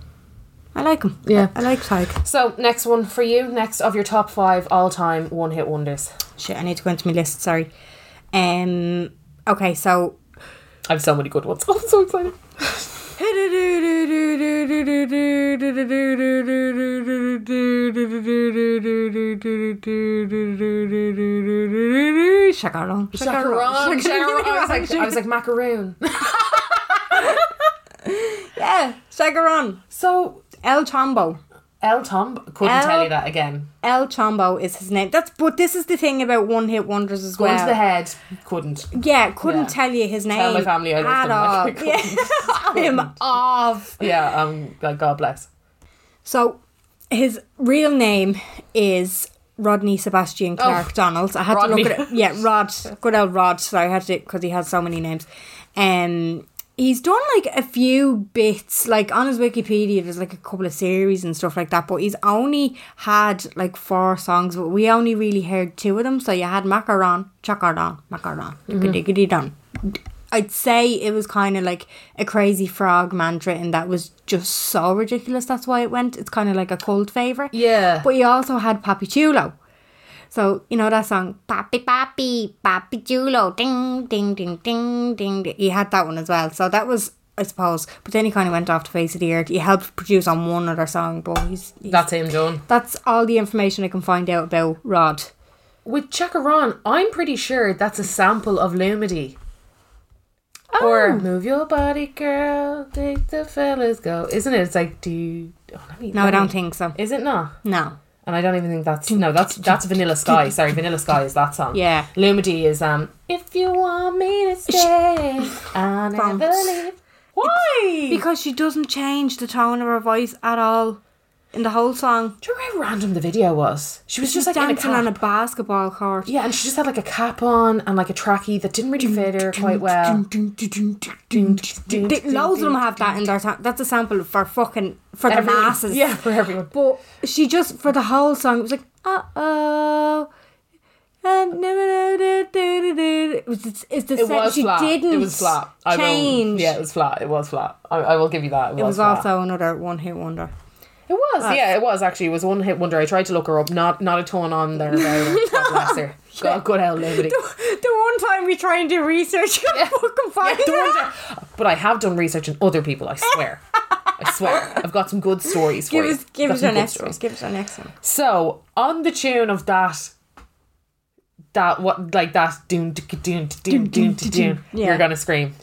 Speaker 2: I like him.
Speaker 1: Yeah.
Speaker 2: I, I like Tyke.
Speaker 1: So next one for you. Next of your top five all-time one-hit wonders.
Speaker 2: Shit, I need to go into my list, sorry. Um. Okay, so.
Speaker 1: I have so many good ones. I'm so excited.
Speaker 2: Chacaron.
Speaker 1: Chacaron, Chacaron. I was like, I was like macaroon.
Speaker 2: Yeah, Chacaron.
Speaker 1: So
Speaker 2: El Chombo.
Speaker 1: El Tom couldn't
Speaker 2: El-
Speaker 1: tell you that again.
Speaker 2: El Chombo is his name. That's but this is the thing about one hit wonders as
Speaker 1: Going
Speaker 2: well.
Speaker 1: to the head, couldn't.
Speaker 2: Yeah, couldn't
Speaker 1: Yeah.
Speaker 2: tell you his name.
Speaker 1: Tell my family I
Speaker 2: at
Speaker 1: love
Speaker 2: all.
Speaker 1: them.
Speaker 2: Yeah, I'm off.
Speaker 1: Yeah, um, God God bless.
Speaker 2: So his real name is Rodney Sebastian Clark Donalds. I had
Speaker 1: Rodney.
Speaker 2: to look at it. Yeah, Rod. Good old Rod. So I had to because he has so many names. Um, he's done like a few bits, like on his Wikipedia. There's like a couple of series and stuff like that. But he's only had like four songs, but we only really heard two of them. So you had Macaron, Chacaron, Macaron, Diggity Don. I'd say it was kind of like a crazy frog mantra, and that was just so ridiculous. That's why it went. It's kind of like a cult favorite.
Speaker 1: Yeah.
Speaker 2: But he also had Papi Chulo. So you know that song, Papi Papi Papi Chulo, ding ding ding ding ding. ding. He had that one as well. So that was, I suppose. But then he kind of went off the face of the earth. He helped produce on one other song, but he's, he's
Speaker 1: That's him, John.
Speaker 2: that's all the information I can find out about Rod.
Speaker 1: With Chacaron, I'm pretty sure that's a sample of Lumity.
Speaker 2: Oh.
Speaker 1: Or move your body, girl. Take the fellas go. Isn't it? It's like do. Oh, let me,
Speaker 2: No,
Speaker 1: let
Speaker 2: I don't
Speaker 1: me-
Speaker 2: think so.
Speaker 1: Is it not?
Speaker 2: No.
Speaker 1: And I don't even think that's no. That's that's Vanilla Sky. Sorry, Vanilla Sky is that song.
Speaker 2: Yeah.
Speaker 1: Lumity is um. If you want me to stay, I never
Speaker 2: From-
Speaker 1: leave. Why?
Speaker 2: Because she doesn't change the tone of her voice at all. in the whole song.
Speaker 1: Do you remember how random the video was? She was
Speaker 2: She's
Speaker 1: just like in a
Speaker 2: dancing
Speaker 1: cap.
Speaker 2: on a basketball court.
Speaker 1: yeah, and she just had like a cap on and like a trackie that didn't really fit her quite well.
Speaker 2: Th- Loads of them have that in their time. That's a sample for fucking for the
Speaker 1: Everyone-
Speaker 2: masses.
Speaker 1: Yeah, for everyone.
Speaker 2: But she just for the whole song it was like uh oh. It was it's, it's the
Speaker 1: It
Speaker 2: same.
Speaker 1: was
Speaker 2: she
Speaker 1: flat.
Speaker 2: didn't
Speaker 1: it was flat. I will-
Speaker 2: change.
Speaker 1: yeah, it was flat. It was flat. I, I will give you that. It was,
Speaker 2: it was
Speaker 1: flat.
Speaker 2: also another one hit wonder.
Speaker 1: It was, yeah, it was actually. It was one hit wonder. I tried to look her up. Not not a ton on there. About her. God bless her. God, good hell, liberty.
Speaker 2: The one time we try and do research, you fucking
Speaker 1: Yeah,
Speaker 2: find
Speaker 1: the
Speaker 2: it.
Speaker 1: one time- But I have done research on other people. I swear. I swear. I've got some good stories for
Speaker 2: Give
Speaker 1: you.
Speaker 2: us, give
Speaker 1: Got
Speaker 2: us
Speaker 1: some
Speaker 2: our
Speaker 1: good
Speaker 2: next one.
Speaker 1: stories.
Speaker 2: Give us our next one.
Speaker 1: So on the tune of that, that what like that doom doom doom doom doom doom,
Speaker 2: Yeah.
Speaker 1: you're gonna scream,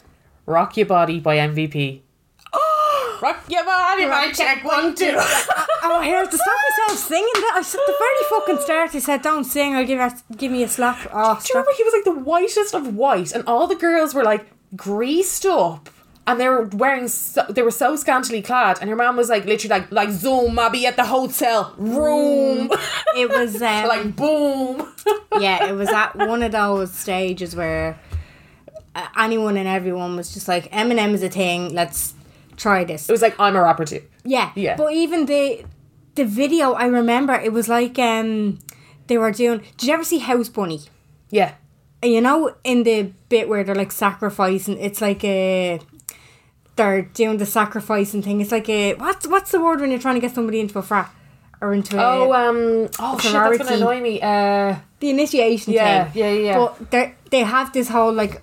Speaker 1: "Rock Your Body" by MVP. Rock your body, my check one two.
Speaker 2: Oh, here to stop myself singing. That I said the very fucking start. I said, "Don't sing. I'll give her, give me a slap." Oh,
Speaker 1: Do you
Speaker 2: stop.
Speaker 1: remember he was like the whitest of white, and all the girls were like greased up, and they were wearing so, they were so scantily clad, and your mom was like literally like like zoom, I'll be at the hotel room,
Speaker 2: It was um,
Speaker 1: like boom.
Speaker 2: yeah, it was at one of those stages where uh, anyone and everyone was just like, "Eminem is a thing. Let's try this."
Speaker 1: It was like I'm a rapper too.
Speaker 2: Yeah.
Speaker 1: Yeah.
Speaker 2: But even the the video, I remember it was like um they were doing. Did you ever see House Bunny?
Speaker 1: Yeah,
Speaker 2: You know, in the bit where they're like sacrificing, it's like a they're doing the sacrificing thing. It's like a what's what's the word when you're trying to get somebody into a frat or into a,
Speaker 1: Oh, um, oh shit, that's
Speaker 2: sorority.
Speaker 1: gonna annoy me. Uh,
Speaker 2: the initiation
Speaker 1: Yeah,
Speaker 2: thing.
Speaker 1: yeah, yeah.
Speaker 2: But they they have this whole like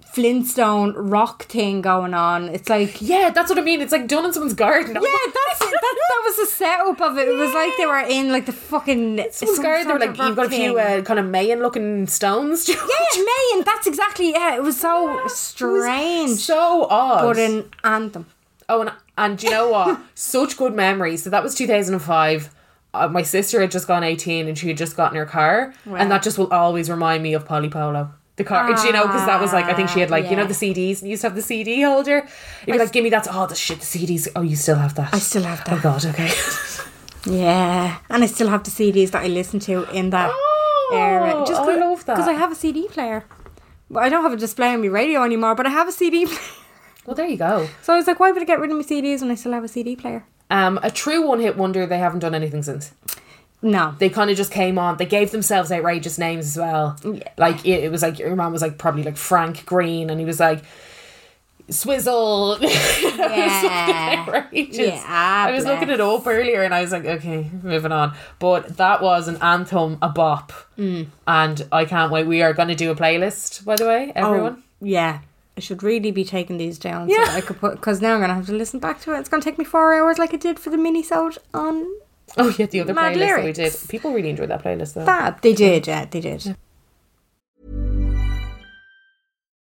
Speaker 2: Flintstone rock thing going on. It's like
Speaker 1: yeah, that's what I mean. It's like done in someone's garden.
Speaker 2: yeah, that's it. That, that was the setup of it. It was like they were in like the fucking
Speaker 1: someone's
Speaker 2: some
Speaker 1: garden. They were
Speaker 2: sort of
Speaker 1: like, you've got a
Speaker 2: rock
Speaker 1: few
Speaker 2: thing.
Speaker 1: uh, kind of Mayan looking stones. Do you know what
Speaker 2: yeah,
Speaker 1: I mean?
Speaker 2: May, and that's exactly yeah. It was so
Speaker 1: It
Speaker 2: strange,
Speaker 1: was so odd.
Speaker 2: but an anthem.
Speaker 1: Oh, and and do you know what? Such good memories. So that was 2005. Uh, my sister had just gone 18 and she had just gotten her car. And that just will always remind me of Polly Polo. The car, do you know, because that was like, I think she had like, you know,
Speaker 2: Ah, yeah.
Speaker 1: the CDs, and you used to have the CD holder. You'd be like, give me that. Oh, the shit, the CDs. Oh, you still have that.
Speaker 2: I still have
Speaker 1: Oh,
Speaker 2: that.
Speaker 1: God, okay.
Speaker 2: Yeah, and I still have the CDs that I listened to in that
Speaker 1: Oh,
Speaker 2: era.
Speaker 1: I love that.
Speaker 2: because I have a CD player. But I don't have a display on my radio anymore. But I have a CD player.
Speaker 1: well, there you go.
Speaker 2: So I was like, why would I get rid of my CDs when I still have a CD player?
Speaker 1: Um, a true one hit wonder, they haven't done anything since.
Speaker 2: No.
Speaker 1: They kind of just came on. They gave themselves outrageous names as well. Like, it, it was like, your man was like probably like Frank Green, and he was like, Swizzle.
Speaker 2: Yeah.
Speaker 1: outrageous.
Speaker 2: Yeah, ah,
Speaker 1: I was looking it up earlier and I was like, okay, moving on. But that was an anthem, a bop.
Speaker 2: Mm.
Speaker 1: And I can't wait. We are going to do a playlist, by the way,
Speaker 2: Oh.
Speaker 1: everyone.
Speaker 2: yeah. I should really be taking these down so that I could put because now I'm gonna have to listen back to it. It's gonna take me four hours like it did for the mini sode on
Speaker 1: Oh, yeah, the other
Speaker 2: Mad
Speaker 1: playlist that we did.
Speaker 2: lyrics.
Speaker 1: People really enjoyed that playlist, though.
Speaker 2: Fab. They did, yeah, they did.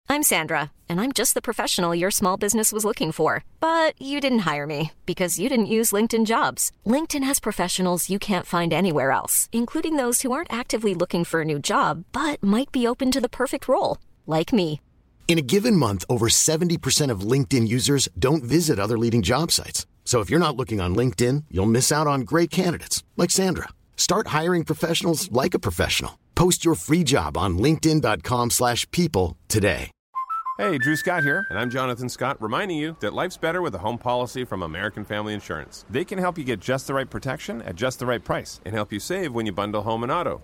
Speaker 4: I'm Sandra, and I'm just the professional your small business was looking for. But you didn't hire me because you didn't use LinkedIn jobs. LinkedIn has professionals you can't find anywhere else, including those who aren't actively looking for a new job but might be open to the perfect role, like me.
Speaker 5: In a given month, over 70% of LinkedIn users don't visit other leading job sites. So if you're not looking on LinkedIn, you'll miss out on great candidates like Sandra. Start hiring professionals like a professional. Post your free job on linkedin.com/people slash people today.
Speaker 6: Hey, Drew Scott here, and I'm Jonathan Scott, reminding you that life's better with a home policy from American Family Insurance. They can help you get just the right protection at just the right price and help you save when you bundle home and auto.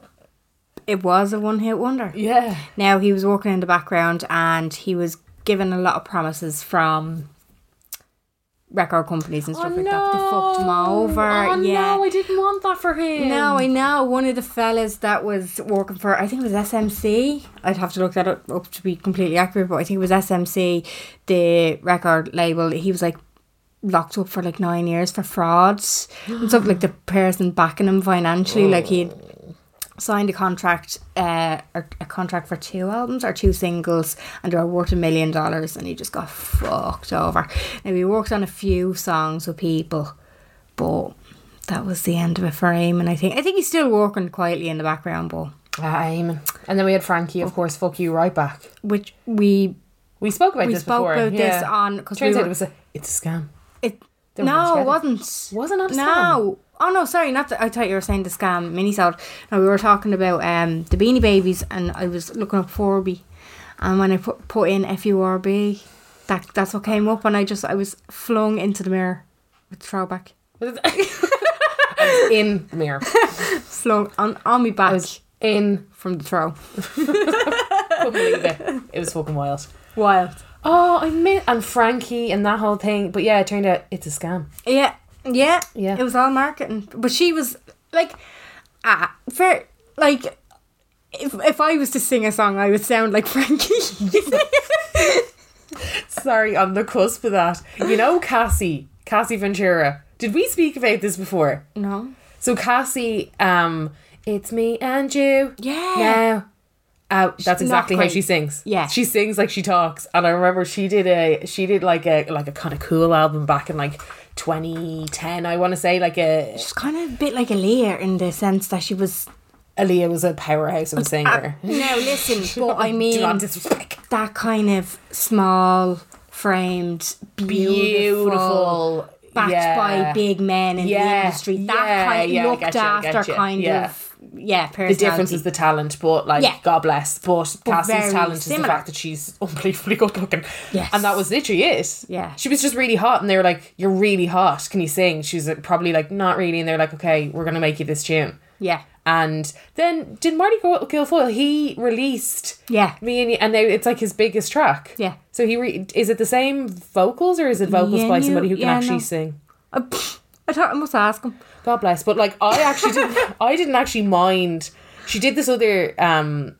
Speaker 2: It was a one hit wonder.
Speaker 1: Yeah.
Speaker 2: Now he was walking in the background and he was given a lot of promises from record companies and stuff like that. They fucked him over.
Speaker 1: Oh,
Speaker 2: yeah.
Speaker 1: no, I didn't want that for him.
Speaker 2: No, I know. One of the fellas that was working for, I think it was SMC. I'd have to look that up, up to be completely accurate, but I think it was SMC, the record label. He was like, locked up for like nine years for frauds and stuff like the person backing him financially like he'd signed a contract uh or a contract for two albums or two singles and they were worth a million dollars and he just got fucked over now he worked on a few songs with people but that was the end of it for him and i think i think he's still working quietly in the background but
Speaker 1: Ah, Eamon. And then we had Frankie, of course, fuck you right back.
Speaker 2: which we
Speaker 1: We spoke about
Speaker 2: We
Speaker 1: this
Speaker 2: spoke
Speaker 1: before.
Speaker 2: about
Speaker 1: yeah.
Speaker 2: this on- 'cause we
Speaker 1: Turns out
Speaker 2: were-
Speaker 1: it was a, it's a scam.
Speaker 2: It
Speaker 1: They weren't
Speaker 2: no,
Speaker 1: together.
Speaker 2: it wasn't.
Speaker 1: Wasn't it a
Speaker 2: No. Oh no, sorry. Not that I thought you were saying the scam mini sold. No, we were talking about um the Beanie Babies, and I was looking up Forby, and when I put put in F U R B, that that's what came up, and I just I was flung into the mirror with throwback,
Speaker 1: In the mirror.
Speaker 2: flung on on me back
Speaker 1: In.
Speaker 2: from the throw.
Speaker 1: Couldn't believe it. It was fucking wild.
Speaker 2: Wild.
Speaker 1: Oh, I miss and Frankie and that whole thing. But yeah, it turned out it's a scam.
Speaker 2: Yeah, yeah,
Speaker 1: Yeah.
Speaker 2: It was all marketing, but she was like, ah, fair. Like, if if I was to sing a song, I would sound like Frankie.
Speaker 1: Sorry, on the cusp of that. You know Cassie, Cassie Ventura. Did we speak about this before?
Speaker 2: no.
Speaker 1: So Cassie, um, it's me and you.
Speaker 2: Yeah.
Speaker 1: Now. Uh,
Speaker 2: not
Speaker 1: that's exactly how
Speaker 2: great.
Speaker 1: she sings.
Speaker 2: Yeah.
Speaker 1: she sings like she talks, and I remember she did a she did like a like a kind of cool album back in like 2010. I want to say like a
Speaker 2: She's kind of a bit like Aaliyah in the sense that she was.
Speaker 1: Aaliyah was a powerhouse of a singer.
Speaker 2: No, listen, but uh, I mean
Speaker 1: Do not disrespect.
Speaker 2: that kind of small framed, beautiful,
Speaker 1: Beautiful,
Speaker 2: backed
Speaker 1: yeah.
Speaker 2: by big men in
Speaker 1: Yeah,
Speaker 2: the industry. That
Speaker 1: yeah,
Speaker 2: kind of
Speaker 1: yeah, I
Speaker 2: looked
Speaker 1: getcha, I
Speaker 2: after
Speaker 1: getcha,
Speaker 2: kind
Speaker 1: yeah.
Speaker 2: of yeah.
Speaker 1: the
Speaker 2: Personality.
Speaker 1: difference is the talent, but like
Speaker 2: Yeah.
Speaker 1: God bless. But,
Speaker 2: But
Speaker 1: Cassie's
Speaker 2: very
Speaker 1: talent is
Speaker 2: similar.
Speaker 1: the fact that she's unbelievably good looking.
Speaker 2: Yes.
Speaker 1: And that was literally it.
Speaker 2: Yeah.
Speaker 1: She was just really hot and they were like, You're really hot. Can you sing? She was like, probably like, not really, and they were like, Okay, we're gonna make you this tune.
Speaker 2: yeah.
Speaker 1: And then did Marty Gu- Guilfoyle, he released
Speaker 2: Yeah.
Speaker 1: Me and You and they, it's like his biggest track.
Speaker 2: Yeah.
Speaker 1: So he re- is it the same vocals or is it vocals
Speaker 2: Yeah,
Speaker 1: by
Speaker 2: you-
Speaker 1: somebody who can
Speaker 2: yeah,
Speaker 1: actually
Speaker 2: no.
Speaker 1: sing?
Speaker 2: Uh, pfft, I thought I must ask him.
Speaker 1: God bless. But like I actually didn't I didn't actually mind. She did this other um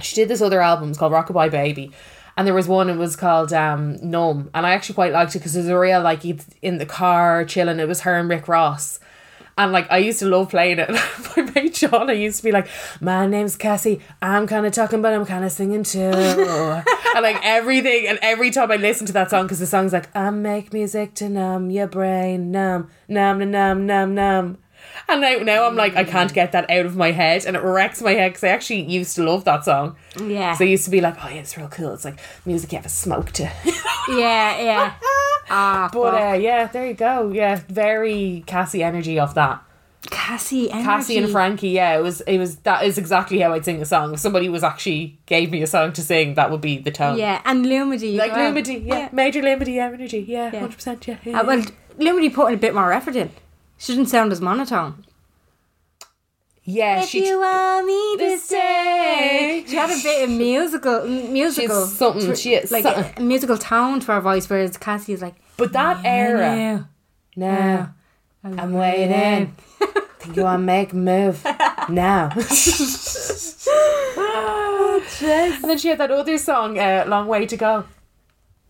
Speaker 1: she did this other album, it's called Rockabye Baby. And there was one it was called um Numb. And I actually quite liked it because it was a real like it's in the car chilling. It was her and Rick Ross. And like I used to love playing it. My mate John, I used to be like, "My name's Cassie. I'm kind of talking, but I'm kind of singing too." and like everything, and every time I listen to that song, because the song's like, "I make music to numb your brain, numb, numb, numb, numb, numb, numb." And now, now I'm like, I can't get that out of my head, and it wrecks my head because I actually used to love that song.
Speaker 2: Yeah.
Speaker 1: So I used to be like, "Oh, yeah, it's real cool. It's like music you have a smoke to."
Speaker 2: Yeah, yeah. Ah,
Speaker 1: but
Speaker 2: fuck.
Speaker 1: uh, yeah, there you go. Yeah, very Cassie energy off that.
Speaker 2: Cassie, energy.
Speaker 1: Cassie and Frankie, yeah, it was it was that is exactly how I'd sing a song. If somebody was actually gave me a song to sing, that would be the tone.
Speaker 2: Yeah, and Lumity.
Speaker 1: Like
Speaker 2: well.
Speaker 1: Lumity, yeah. Major Lumity energy, yeah, hundred percent, yeah. yeah.
Speaker 2: Uh, well, Lumity put in a bit more effort in. She didn't sound as monotone.
Speaker 1: yeah,
Speaker 2: if
Speaker 1: she
Speaker 2: you want me to
Speaker 1: This
Speaker 2: stay,
Speaker 1: day.
Speaker 2: she had a bit of musical, m- musical
Speaker 1: something,
Speaker 2: tr-
Speaker 1: she is
Speaker 2: like
Speaker 1: something.
Speaker 2: a musical tone to her voice, whereas Cassie is like,
Speaker 1: But that era now I'm waiting. Think you wanna make a move now. Oh, and then she had that other song, uh, Long Way to Go.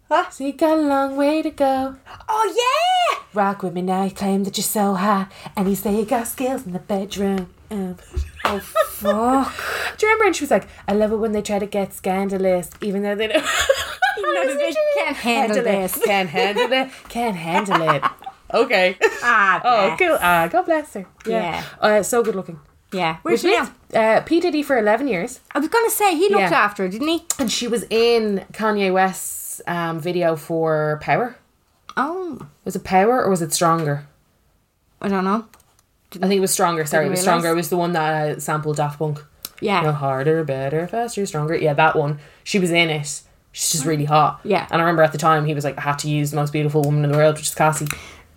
Speaker 1: Huh? So you got a long way to go.
Speaker 2: oh yeah,
Speaker 1: Rock with me now, you claim that you're so high, and you say you got skills in the bedroom. Um,
Speaker 2: fuck.
Speaker 1: do you remember? And she was like, I love it when they try to get scandalous, even though they don't.
Speaker 2: know that they can't handle this.
Speaker 1: It. Can't handle it. Can't handle it. Okay.
Speaker 2: Ah,
Speaker 1: Oh,
Speaker 2: bless.
Speaker 1: cool. Ah, God bless her.
Speaker 2: Yeah.
Speaker 1: Uh, so good looking.
Speaker 2: Yeah, where's she
Speaker 1: Which
Speaker 2: now?
Speaker 1: means, uh, P Diddy for eleven years,
Speaker 2: I was gonna say he looked
Speaker 1: Yeah.
Speaker 2: after her, didn't he?
Speaker 1: and she was in Kanye West's um, video for Power.
Speaker 2: Oh,
Speaker 1: Was it Power or was it Stronger?
Speaker 2: I don't know.
Speaker 1: I think it was Stronger. Sorry, it
Speaker 2: Didn't
Speaker 1: was
Speaker 2: realise.
Speaker 1: Stronger. It was the one that uh, sampled Daft Punk.
Speaker 2: Yeah,
Speaker 1: No harder, better, faster, stronger. Yeah, that one. She was in it. She's just really hot.
Speaker 2: Yeah.
Speaker 1: And I remember at the time he was like, I had to use the most beautiful woman in the world, which is Cassie.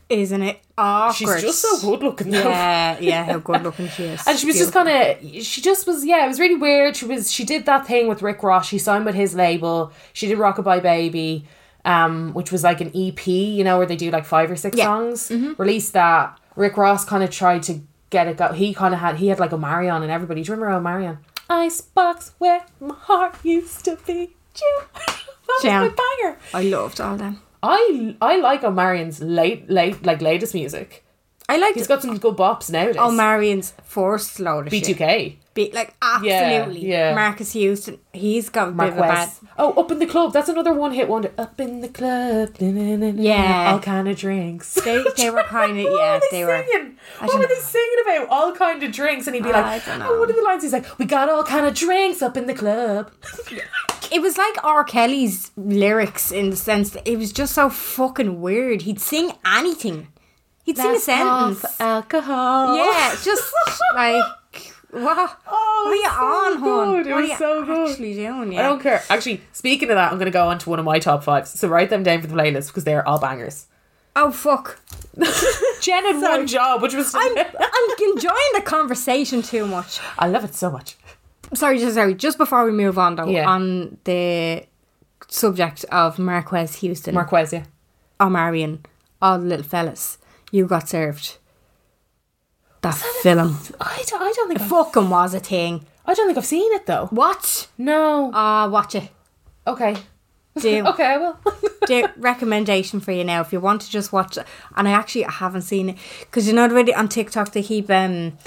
Speaker 2: isn't it awkward?
Speaker 1: She's just so good looking though.
Speaker 2: Yeah, yeah, how good looking she is.
Speaker 1: And she was just kind of, she just was, yeah, it was really weird. She was, she did that thing with Rick Ross. She signed with his label. She did Rockabye Baby, um, which was like an EP, you know, where they do like five or six
Speaker 2: Yeah. Mm-hmm.
Speaker 1: songs. Released that. Rick Ross kind of tried to get it go. He kind of had, he had like a Marion and everybody. Do you remember Marion? Icebox where my heart used to be. That was
Speaker 2: Jam.
Speaker 1: my banger.
Speaker 2: I loved all them.
Speaker 1: I I like O'Marion's late late like latest music.
Speaker 2: I like
Speaker 1: He's got some good bops nowadays.
Speaker 2: Oh, O'Marion's first load of shit.
Speaker 1: B2K.
Speaker 2: Be, like absolutely,
Speaker 1: yeah.
Speaker 2: Marcus Houston. He's got a bit of a bad.
Speaker 1: Marquez. Oh, up in the club. That's another one hit wonder. Up in the club. na, na, na, na,
Speaker 2: Yeah.
Speaker 1: All kind of drinks.
Speaker 2: They- they were kinda-
Speaker 1: What
Speaker 2: yeah,
Speaker 1: were they,
Speaker 2: they were-
Speaker 1: singing?
Speaker 2: I
Speaker 1: What
Speaker 2: don't
Speaker 1: were they
Speaker 2: know.
Speaker 1: singing about? All kind of drinks. And he'd be
Speaker 2: I
Speaker 1: like,
Speaker 2: don't
Speaker 1: oh,
Speaker 2: know.
Speaker 1: one of the lines he's like, we got all kind of drinks up in the club.
Speaker 2: It was like R. Kelly's lyrics in the sense that it was just so fucking weird. He'd sing anything. He'd sing a
Speaker 1: That's all
Speaker 2: sentence.
Speaker 1: for Alcohol.
Speaker 2: Yeah, it's just like what?
Speaker 1: Oh,
Speaker 2: what are you
Speaker 1: it's so
Speaker 2: on, hon?
Speaker 1: good. It
Speaker 2: what
Speaker 1: was
Speaker 2: are you
Speaker 1: so good.
Speaker 2: actually doing?
Speaker 1: I
Speaker 2: Yeah.
Speaker 1: don't care. Actually, speaking of that, I'm going to go on to one of my top fives. So write them down for the playlist because they're all bangers.
Speaker 2: Oh fuck!
Speaker 1: Jen had one job, which was.
Speaker 2: I'm I'm enjoying the conversation too much.
Speaker 1: I love it so much.
Speaker 2: sorry, just sorry. Just before we move on, though,
Speaker 1: Yeah.
Speaker 2: on the subject of Marquez Houston,
Speaker 1: Marquez, yeah.
Speaker 2: Omarion, all the little fellas, you got served. That film
Speaker 1: I don't, I don't think I've,
Speaker 2: fucking was a thing.
Speaker 1: I don't think I've seen it though.
Speaker 2: What?
Speaker 1: No.
Speaker 2: Ah, watch it.
Speaker 1: okay.
Speaker 2: Do
Speaker 1: Okay, I will.
Speaker 2: do recommendation for you now if you want to just watch. it. And I actually I haven't seen it because you know already on TikTok they keep um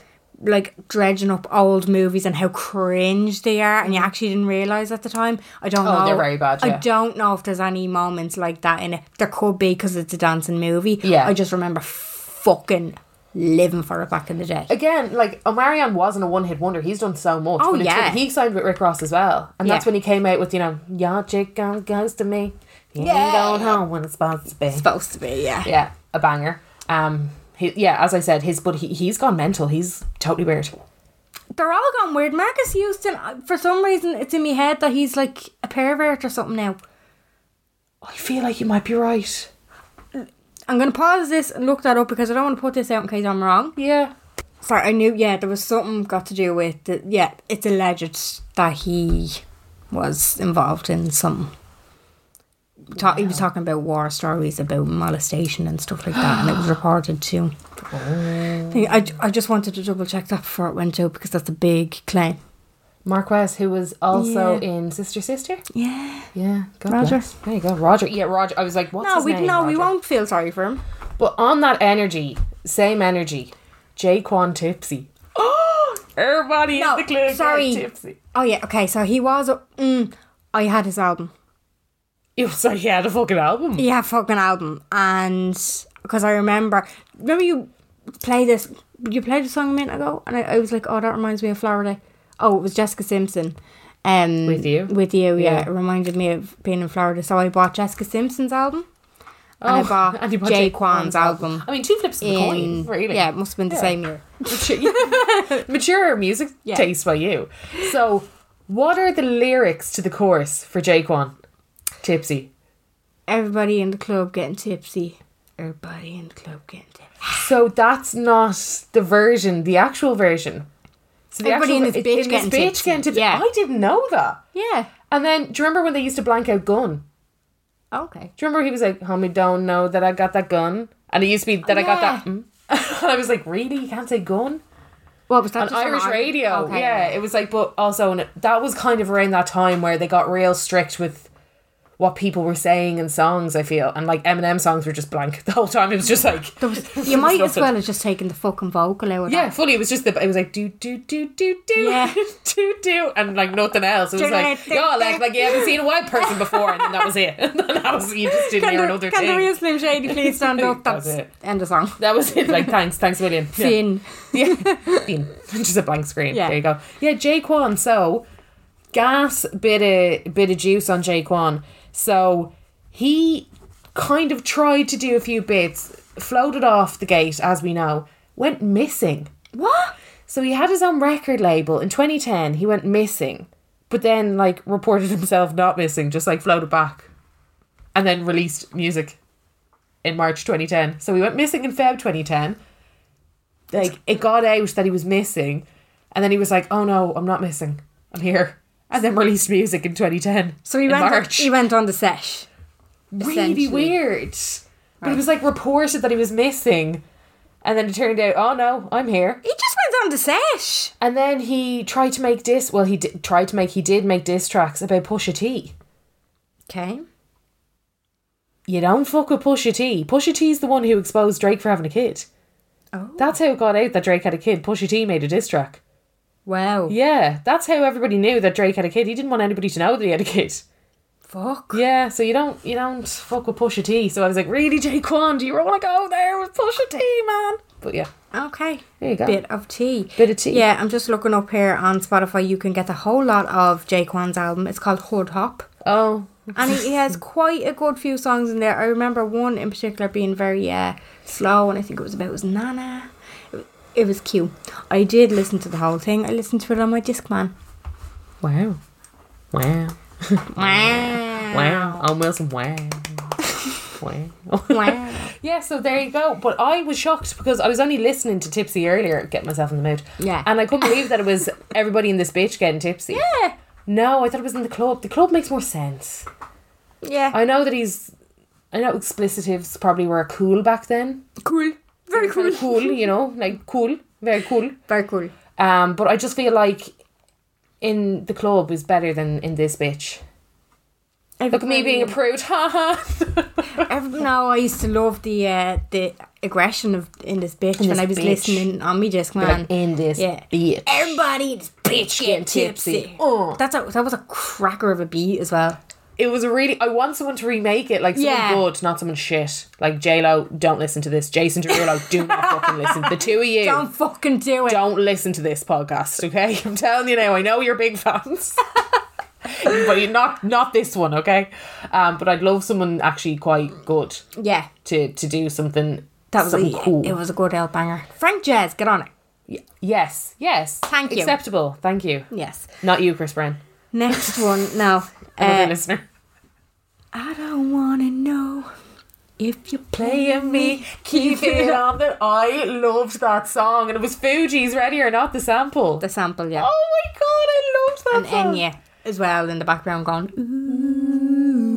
Speaker 2: like dredging up old movies and how cringe they are, and you actually didn't realize at the time. I don't
Speaker 1: Mm. Oh,
Speaker 2: know.
Speaker 1: they're very bad,
Speaker 2: I
Speaker 1: yeah.
Speaker 2: don't know if there's any moments like that in it. There could be because it's a dancing movie.
Speaker 1: Yeah.
Speaker 2: I just remember fucking living for it back in the day.
Speaker 1: Again, like Omarion wasn't a one-hit wonder. He's done so much.
Speaker 2: Oh,
Speaker 1: but it's-
Speaker 2: yeah.
Speaker 1: he signed with Rick Ross as well, and that's
Speaker 2: Yeah.
Speaker 1: when he came out with you know, "Y'all chick gone goes to me, you ain't going home when it's supposed to be."
Speaker 2: Supposed to be, yeah.
Speaker 1: yeah, a banger. Um, he, yeah, as I said, his but he he's gone mental. He's totally weird.
Speaker 2: They're all gone weird. Marcus Houston, uh, for some reason, it's in my head that he's like a pervert or something now.
Speaker 1: I feel like you might be right.
Speaker 2: I'm gonna pause this and look that up because I don't want to put this out in case I'm wrong.
Speaker 1: Yeah.
Speaker 2: Sorry, I knew. Yeah, there was something got to do with. The, yeah, it's alleged that he was involved in some. Ta- He was talking about war stories about molestation and stuff like that, and it was reported too. I, I just wanted to double check that before it went out because that's a big claim.
Speaker 1: Marquez, who was also
Speaker 2: Yeah.
Speaker 1: in Sister Sister.
Speaker 2: Yeah.
Speaker 1: Yeah, God
Speaker 2: Roger.
Speaker 1: bless. There you go, Roger. Yeah, Roger. I was like, what's
Speaker 2: No,
Speaker 1: his
Speaker 2: we
Speaker 1: name?
Speaker 2: no, we
Speaker 1: Roger?
Speaker 2: won't feel sorry for him.
Speaker 1: But on that energy, same energy, Jaquan Tipsy. Oh, everybody
Speaker 2: No,
Speaker 1: in the club
Speaker 2: sorry.
Speaker 1: sorry. tipsy.
Speaker 2: Oh yeah, okay. So he was. a- Mm, I had his album.
Speaker 1: It was like he had a fucking album.
Speaker 2: Yeah, fucking album. And because I remember, remember you played this, you played a song a minute ago, and I, I was like, oh, that reminds me of Florida. Oh, it was Jessica Simpson. Um,
Speaker 1: With You?
Speaker 2: with you, yeah.
Speaker 1: Yeah.
Speaker 2: It reminded me of being in Florida, so I bought Jessica Simpson's album, and I bought,
Speaker 1: Oh, and he bought
Speaker 2: Jay
Speaker 1: Jaquan's
Speaker 2: Kwan's Oh, album.
Speaker 1: I mean, two flips of the coin,
Speaker 2: in-
Speaker 1: really.
Speaker 2: Yeah, it must have been the same year.
Speaker 1: Mature- Mature music
Speaker 2: Yeah.
Speaker 1: taste by you. So, what are the lyrics to the chorus for Jaquan Tipsy?
Speaker 2: Everybody in the club getting tipsy. Everybody in the club getting tipsy.
Speaker 1: So that's not the version, the actual version. So the
Speaker 2: Everybody in
Speaker 1: ver-
Speaker 2: this bitch getting
Speaker 1: bitch
Speaker 2: tipsy.
Speaker 1: getting tipsy.
Speaker 2: Yeah.
Speaker 1: I didn't know that.
Speaker 2: Yeah.
Speaker 1: And then, do you remember when they used to blank out gun?
Speaker 2: Okay.
Speaker 1: Do you remember he was like, "Homie, don't know that I got that gun," and it used to be that I got that. Mm. and I was like, "Really? You can't say gun
Speaker 2: What was that?
Speaker 1: on
Speaker 2: just
Speaker 1: Irish
Speaker 2: Ireland?
Speaker 1: radio?"
Speaker 2: Okay.
Speaker 1: Yeah, it was like, but also, and that was kind of around that time where they got real strict with what people were saying in songs. I feel and like Eminem songs were just blank the whole time. It was just like
Speaker 2: You might as
Speaker 1: nothing.
Speaker 2: well have just taken the fucking vocal out of
Speaker 1: Yeah,
Speaker 2: that.
Speaker 1: fully. It was just the. It was like do do do do do
Speaker 2: Yeah.
Speaker 1: do do, and like nothing else. It was like y'all act like you haven't seen a white person before, and then that was it. And then that was you just didn't hear
Speaker 2: Can
Speaker 1: another
Speaker 2: the, can the
Speaker 1: thing.
Speaker 2: real Slim Shady please stand up?
Speaker 1: That's
Speaker 2: That's
Speaker 1: it.
Speaker 2: end of song.
Speaker 1: that was it. Like thanks, thanks, William. Yeah.
Speaker 2: Finn.
Speaker 1: Yeah, Bean. just a blank screen.
Speaker 2: Yeah.
Speaker 1: There you go. Yeah, Jaquan. So, gas bit of bit of juice on Jaquan. So he kind of tried to do a few bits, floated off the gate as we know, went missing. What? So he had his own record label in 2010. He went missing, but then like reported himself not missing, just like floated back, and then released music in March 2010. So he went missing in Feb 2010 like it got out that he was missing, and then he was like, "Oh no, I'm not missing. I'm here." And then released music in 2010.
Speaker 2: So he
Speaker 1: in
Speaker 2: went. on-
Speaker 1: March.
Speaker 2: he went on the sesh.
Speaker 1: really
Speaker 2: essentially.
Speaker 1: weird, but it was like reported that he was missing, and then it turned out, "Oh no, I'm here."
Speaker 2: He just went on the sesh.
Speaker 1: And then he tried to make dis. Well, he did, tried to make. He did make diss tracks about Pusha T.
Speaker 2: Okay.
Speaker 1: you don't fuck with Pusha T. Pusha T's the one who exposed Drake for having a kid.
Speaker 2: Oh.
Speaker 1: That's how it got out that Drake had a kid. Pusha T made a diss track.
Speaker 2: Wow.
Speaker 1: Yeah, that's how everybody knew that Drake had a kid. He didn't want anybody to know that he had a kid.
Speaker 2: Fuck.
Speaker 1: Yeah, so you don't you don't fuck with Pusha T. So I was like, really, Jake Wand, you want to go there with Pusha T, man? But yeah,
Speaker 2: Okay.
Speaker 1: There you go.
Speaker 2: Bit of tea.
Speaker 1: Bit of tea.
Speaker 2: Yeah, I'm just looking up here on Spotify. You can get the whole lot of Jaquan's album. It's called Hood Hop.
Speaker 1: oh,
Speaker 2: And he, he has quite a good few songs in there. I remember one in particular being very uh, slow, and I think it was about his nana. It, wa- it was cute. I did listen to the whole thing. I listened to it on my Discman.
Speaker 1: wow, wow,
Speaker 2: Wow.
Speaker 1: wow, almost wow, wow.
Speaker 2: Wow.
Speaker 1: Yeah, so there you go. But I was shocked because I was only listening to Tipsy earlier, getting myself in the mood.
Speaker 2: Yeah.
Speaker 1: And I couldn't believe that it was everybody in this bitch getting tipsy.
Speaker 2: Yeah.
Speaker 1: No, I thought it was in the club. The club makes more sense.
Speaker 2: Yeah.
Speaker 1: I know that he's. I know explicitives probably were cool back then.
Speaker 2: cool. Very cool.
Speaker 1: Cool, you know, like cool, very cool.
Speaker 2: Very cool.
Speaker 1: Um, but I just feel like in the club is better than in this bitch. Look at me being a prude, haha.
Speaker 2: Every, no, I used to love the uh, the aggression of in this bitch
Speaker 1: In
Speaker 2: when
Speaker 1: this
Speaker 2: I was
Speaker 1: bitch.
Speaker 2: listening on me just man.
Speaker 1: Like, in this
Speaker 2: yeah.
Speaker 1: bitch.
Speaker 2: Everybody in this bitch getting tipsy.
Speaker 1: tipsy. Oh.
Speaker 2: That's a, that was a cracker of a beat as well.
Speaker 1: It was a really. I want someone to remake it, like someone
Speaker 2: Yeah.
Speaker 1: good, not someone shit. Like J Lo, don't listen to this. Jason Derulo, do not fucking listen. The two of you,
Speaker 2: Don't
Speaker 1: don't,
Speaker 2: fucking do it.
Speaker 1: listen to this podcast, okay? I'm telling you now. I know you're big fans, but you're not not this one, okay? Um, but I'd love someone actually quite good
Speaker 2: Yeah.
Speaker 1: to to do something
Speaker 2: That was
Speaker 1: something
Speaker 2: a,
Speaker 1: cool.
Speaker 2: It was a good old banger. Frank Jazz, get on it.
Speaker 1: yes, yes.
Speaker 2: Thank you.
Speaker 1: Acceptable. Thank you.
Speaker 2: Yes.
Speaker 1: Not you, Chris Brown.
Speaker 2: Next one. No.
Speaker 1: Another
Speaker 2: Uh,
Speaker 1: listener.
Speaker 2: I don't want to know if you're playing
Speaker 1: Playing
Speaker 2: me.
Speaker 1: me, keep it on the. I loved that song, and it was Fuji's "Ready or Not" the sample.
Speaker 2: The sample, yeah.
Speaker 1: oh my god, I
Speaker 2: and
Speaker 1: loved that song.
Speaker 2: Enya as well in the background going. Ooh.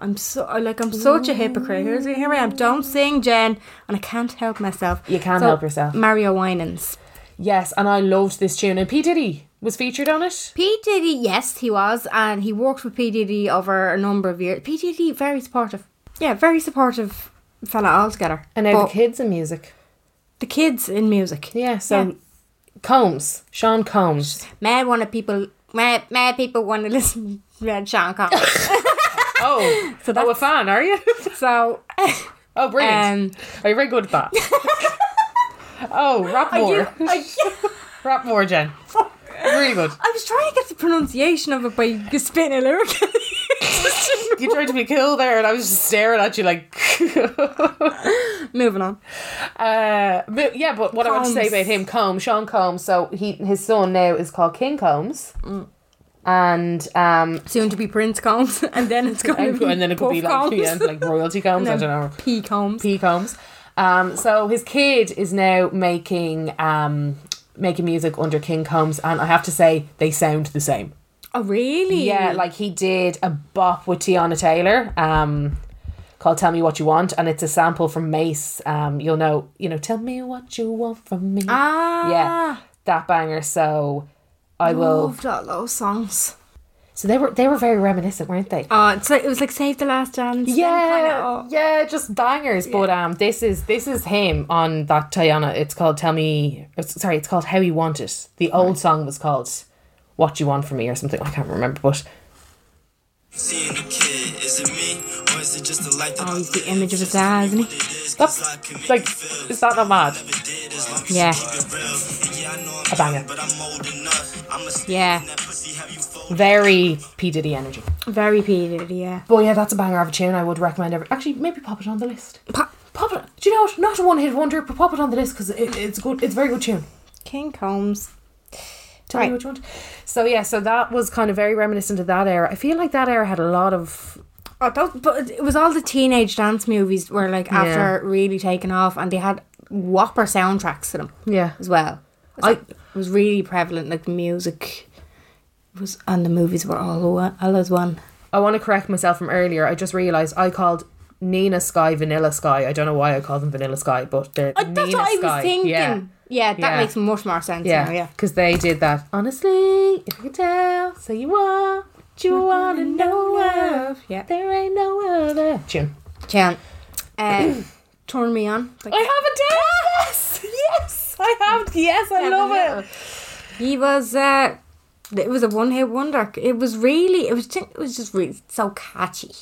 Speaker 2: I'm so I- like I'm such a hypocrite. Here's here I am. Don't sing, Jen, and I can't help myself.
Speaker 1: You can't help yourself.
Speaker 2: Mario Winans.
Speaker 1: Yes, and I loved this tune, and P Diddy was featured on it.
Speaker 2: P Diddy, yes, he was, and he worked with P Diddy over a number of years. P Diddy, very supportive. Yeah, very supportive fella altogether.
Speaker 1: And now
Speaker 2: But
Speaker 1: the kids in music.
Speaker 2: the kids in music.
Speaker 1: Yeah, so Combs, Sean Combs.
Speaker 2: Mad want people. Mad mad people want to listen. Red Sean Combs.
Speaker 1: Oh, so oh, a fan, are you?
Speaker 2: so
Speaker 1: oh,
Speaker 2: um.
Speaker 1: brilliant. are you very good at that? oh, rap more,
Speaker 2: I,
Speaker 1: rap more, Jen. Really good.
Speaker 2: I was trying to get the pronunciation of it by spitting a lyric.
Speaker 1: You tried to be cool there, and I was just staring at you like.
Speaker 2: Moving on.
Speaker 1: Uh, but yeah, but what I want to say
Speaker 2: Combs.
Speaker 1: about him, Combs, Sean Combs. So he, his son now is called King Combs, and um,
Speaker 2: Soon to be Prince Combs, and then it's going
Speaker 1: and,
Speaker 2: to be
Speaker 1: and then it could be
Speaker 2: Puff
Speaker 1: like,
Speaker 2: Combs.
Speaker 1: yeah, like royalty Combs. I
Speaker 2: And
Speaker 1: don't
Speaker 2: then
Speaker 1: know,
Speaker 2: P Combs.
Speaker 1: P Combs. Um, so his kid is now making um making music under King Combs, and I have to say they sound the same.
Speaker 2: oh really?
Speaker 1: Yeah, like he did a bop with Tiana Taylor, um, called "Tell Me What You Want," and it's a sample from Mace. Um, you'll know, you know, "Tell Me What You Want from Me."
Speaker 2: Ah.
Speaker 1: yeah, that banger. So I will.
Speaker 2: Love that, those songs.
Speaker 1: So they were they were very reminiscent, weren't they?
Speaker 2: Oh, it's like, it was like Save the Last Dance. them kinda,
Speaker 1: yeah,
Speaker 2: oh.
Speaker 1: yeah, just bangers. But um, this is this is him on that Tiana. It's called "Tell Me." it's- Sorry, it's called "How You Want It." The old song was called "What You Want from Me" or something. I can't remember, but
Speaker 3: Seeing a kid, is it me? Or is it just the light that
Speaker 2: Oh,
Speaker 3: I
Speaker 2: he's the image of his eyes, isn't he?
Speaker 1: that's like, is that not mad?
Speaker 3: did as long as
Speaker 2: Yeah.
Speaker 3: it's real? And yeah, I know
Speaker 1: A
Speaker 3: I'm
Speaker 1: banger.
Speaker 3: young, but I'm old enough. I'm a
Speaker 2: Yeah.
Speaker 3: that pussy, have you folded?
Speaker 1: Very P Diddy energy.
Speaker 2: Very P Diddy, yeah.
Speaker 1: But yeah, that's a banger of a tune. I would recommend every. Actually, maybe pop it on the list.
Speaker 2: Pa-
Speaker 1: Pop it. Do you know what? Not a one hit wonder, but pop it on the list because it, it's good. It's a very good tune.
Speaker 2: King Combs.
Speaker 1: Tell
Speaker 2: Right.
Speaker 1: me what you want. So yeah, so that was kind of very reminiscent of that era. I feel like that era had a lot of.
Speaker 2: Oh, that, but it was all the teenage dance movies were like after really taking off, and they had whopper soundtracks to them.
Speaker 1: Yeah.
Speaker 2: as well. It's
Speaker 1: I-
Speaker 2: like, it was really prevalent. Like the music was, and the movies were all one, all as one.
Speaker 1: I want to correct myself from earlier. I just realized I called Nina Sky Vanilla Sky. I don't know why I call them Vanilla Sky, but they're Nina
Speaker 2: that's what I
Speaker 1: Sky.
Speaker 2: was thinking.
Speaker 1: Yeah.
Speaker 2: Yeah, that
Speaker 1: Yeah.
Speaker 2: makes much more sense.
Speaker 1: Yeah,
Speaker 2: now, yeah.
Speaker 1: because they did that. Honestly, if you could tell, so you are. Do you want to know love?
Speaker 2: Yeah.
Speaker 1: There ain't no other. Tune.
Speaker 2: Can uh, turn me on.
Speaker 1: I have a dance! yes! I have. Yes, I love it.
Speaker 2: He was. Uh, it was a one-hit wonder. It was really. It was. ju- It was just really so catchy.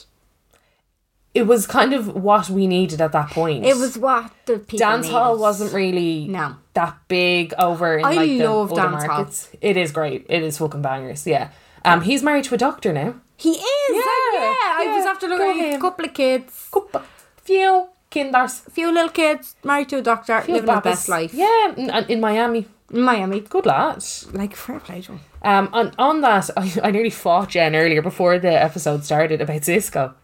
Speaker 1: It was kind of what we needed at that point.
Speaker 2: It was what the people
Speaker 1: Dance hall
Speaker 2: needed.
Speaker 1: wasn't really
Speaker 2: No.
Speaker 1: that big over in
Speaker 2: I
Speaker 1: like the
Speaker 2: love
Speaker 1: other
Speaker 2: dance hall.
Speaker 1: markets. It is great. It is fucking bangers. Yeah. Um, he's married to a doctor now.
Speaker 2: He is. Yeah.
Speaker 1: Yeah,
Speaker 2: yeah. I was
Speaker 1: yeah,
Speaker 2: after
Speaker 1: go
Speaker 2: looking at a
Speaker 1: him.
Speaker 2: couple of kids,
Speaker 1: Couple- Few kinders.
Speaker 2: few little kids, married to a doctor,
Speaker 1: Few
Speaker 2: living the
Speaker 1: babas.
Speaker 2: best life.
Speaker 1: Yeah, in, in Miami.
Speaker 2: In Miami.
Speaker 1: Good lad.
Speaker 2: Like fair play to him.
Speaker 1: Um, on, on that, I, I nearly fought Jen earlier before the episode started about Cisco.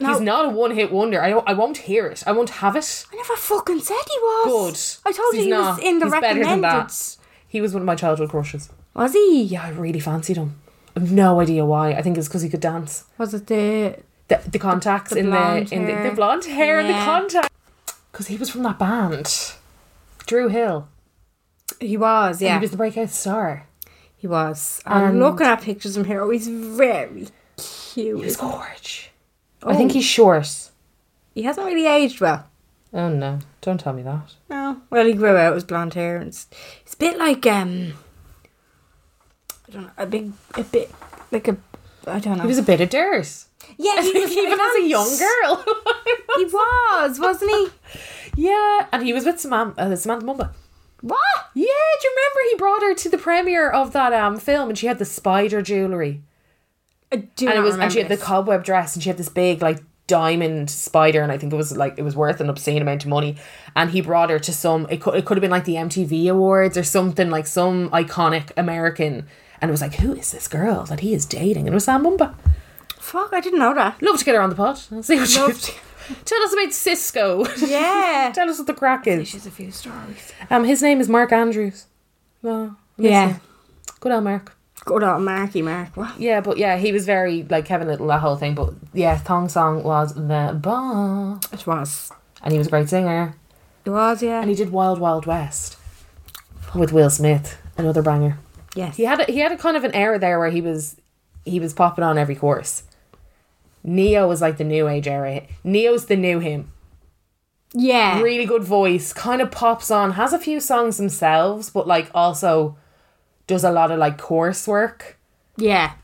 Speaker 1: He's not a one hit wonder. I, don't- I won't hear it. I won't have it.
Speaker 2: I never fucking said he was.
Speaker 1: Good.
Speaker 2: I told you
Speaker 1: He's
Speaker 2: he was
Speaker 1: not.
Speaker 2: in the
Speaker 1: He's better
Speaker 2: recommended.
Speaker 1: than that. He was one of my childhood crushes.
Speaker 2: Was he?
Speaker 1: Yeah, I really fancied him. I've no idea why. I think it's because he could dance.
Speaker 2: Was it the
Speaker 1: The, the contacts
Speaker 2: The
Speaker 1: in the
Speaker 2: blonde
Speaker 1: in the,
Speaker 2: hair.
Speaker 1: the blonde hair and the
Speaker 2: Yeah.
Speaker 1: contacts. Because he was from that band, Drew Hill.
Speaker 2: He was,
Speaker 1: Yeah.
Speaker 2: yeah.
Speaker 1: He was the breakout star.
Speaker 2: He was. I'm looking at pictures of him here. Oh, he's very
Speaker 1: He was
Speaker 2: cute.
Speaker 1: gorge. I
Speaker 2: Oh.
Speaker 1: think he's short.
Speaker 2: He hasn't really aged well.
Speaker 1: Oh no! Don't tell me that.
Speaker 2: No. Well, he grew out his blonde hair. And it's, it's a bit like um, I don't know, a big, a bit like a, I don't know.
Speaker 1: He was a bit of dirt.
Speaker 2: yeah, he was
Speaker 1: Even as a young girl.
Speaker 2: He was, wasn't he?
Speaker 1: yeah, and he was with Samantha, uh, Samantha Mumba.
Speaker 2: What?
Speaker 1: Yeah, do you remember he brought her to the premiere of that um film and she had the spider jewellery.
Speaker 2: I do
Speaker 1: and it
Speaker 2: not
Speaker 1: was and she had
Speaker 2: remember
Speaker 1: the cobweb dress and she had this big like diamond spider and I think it was like it was worth an obscene amount of money and he brought her to some it could, it could have been like the MTV awards or something like some iconic American and it was like who is this girl that he is dating and it was Sam Mumba
Speaker 2: this. Fuck, I didn't know that.
Speaker 1: love to get her on the pod I'll see what she
Speaker 2: Love to-
Speaker 1: tell us about Cisco
Speaker 2: Yeah.
Speaker 1: tell us what the crack is
Speaker 2: She's a few stories.
Speaker 1: um his name is Mark Andrews no
Speaker 2: Yeah.
Speaker 1: good old Mark
Speaker 2: Good old Marky Mark. What?
Speaker 1: yeah but yeah he was very like Kevin Little that whole thing but yeah Thong Song was the bomb
Speaker 2: It was.
Speaker 1: and he was a great singer.
Speaker 2: It was, yeah.
Speaker 1: And he did Wild Wild West with Will Smith, another banger.
Speaker 2: yes.
Speaker 1: He had a, he had a kind of an era there where he was he was popping on every course. Neo was like the new age era. Neo's the new him.
Speaker 2: Yeah.
Speaker 1: Really good voice, kind of pops on, has a few songs themselves, but like also does a lot of like course work.
Speaker 2: Yeah.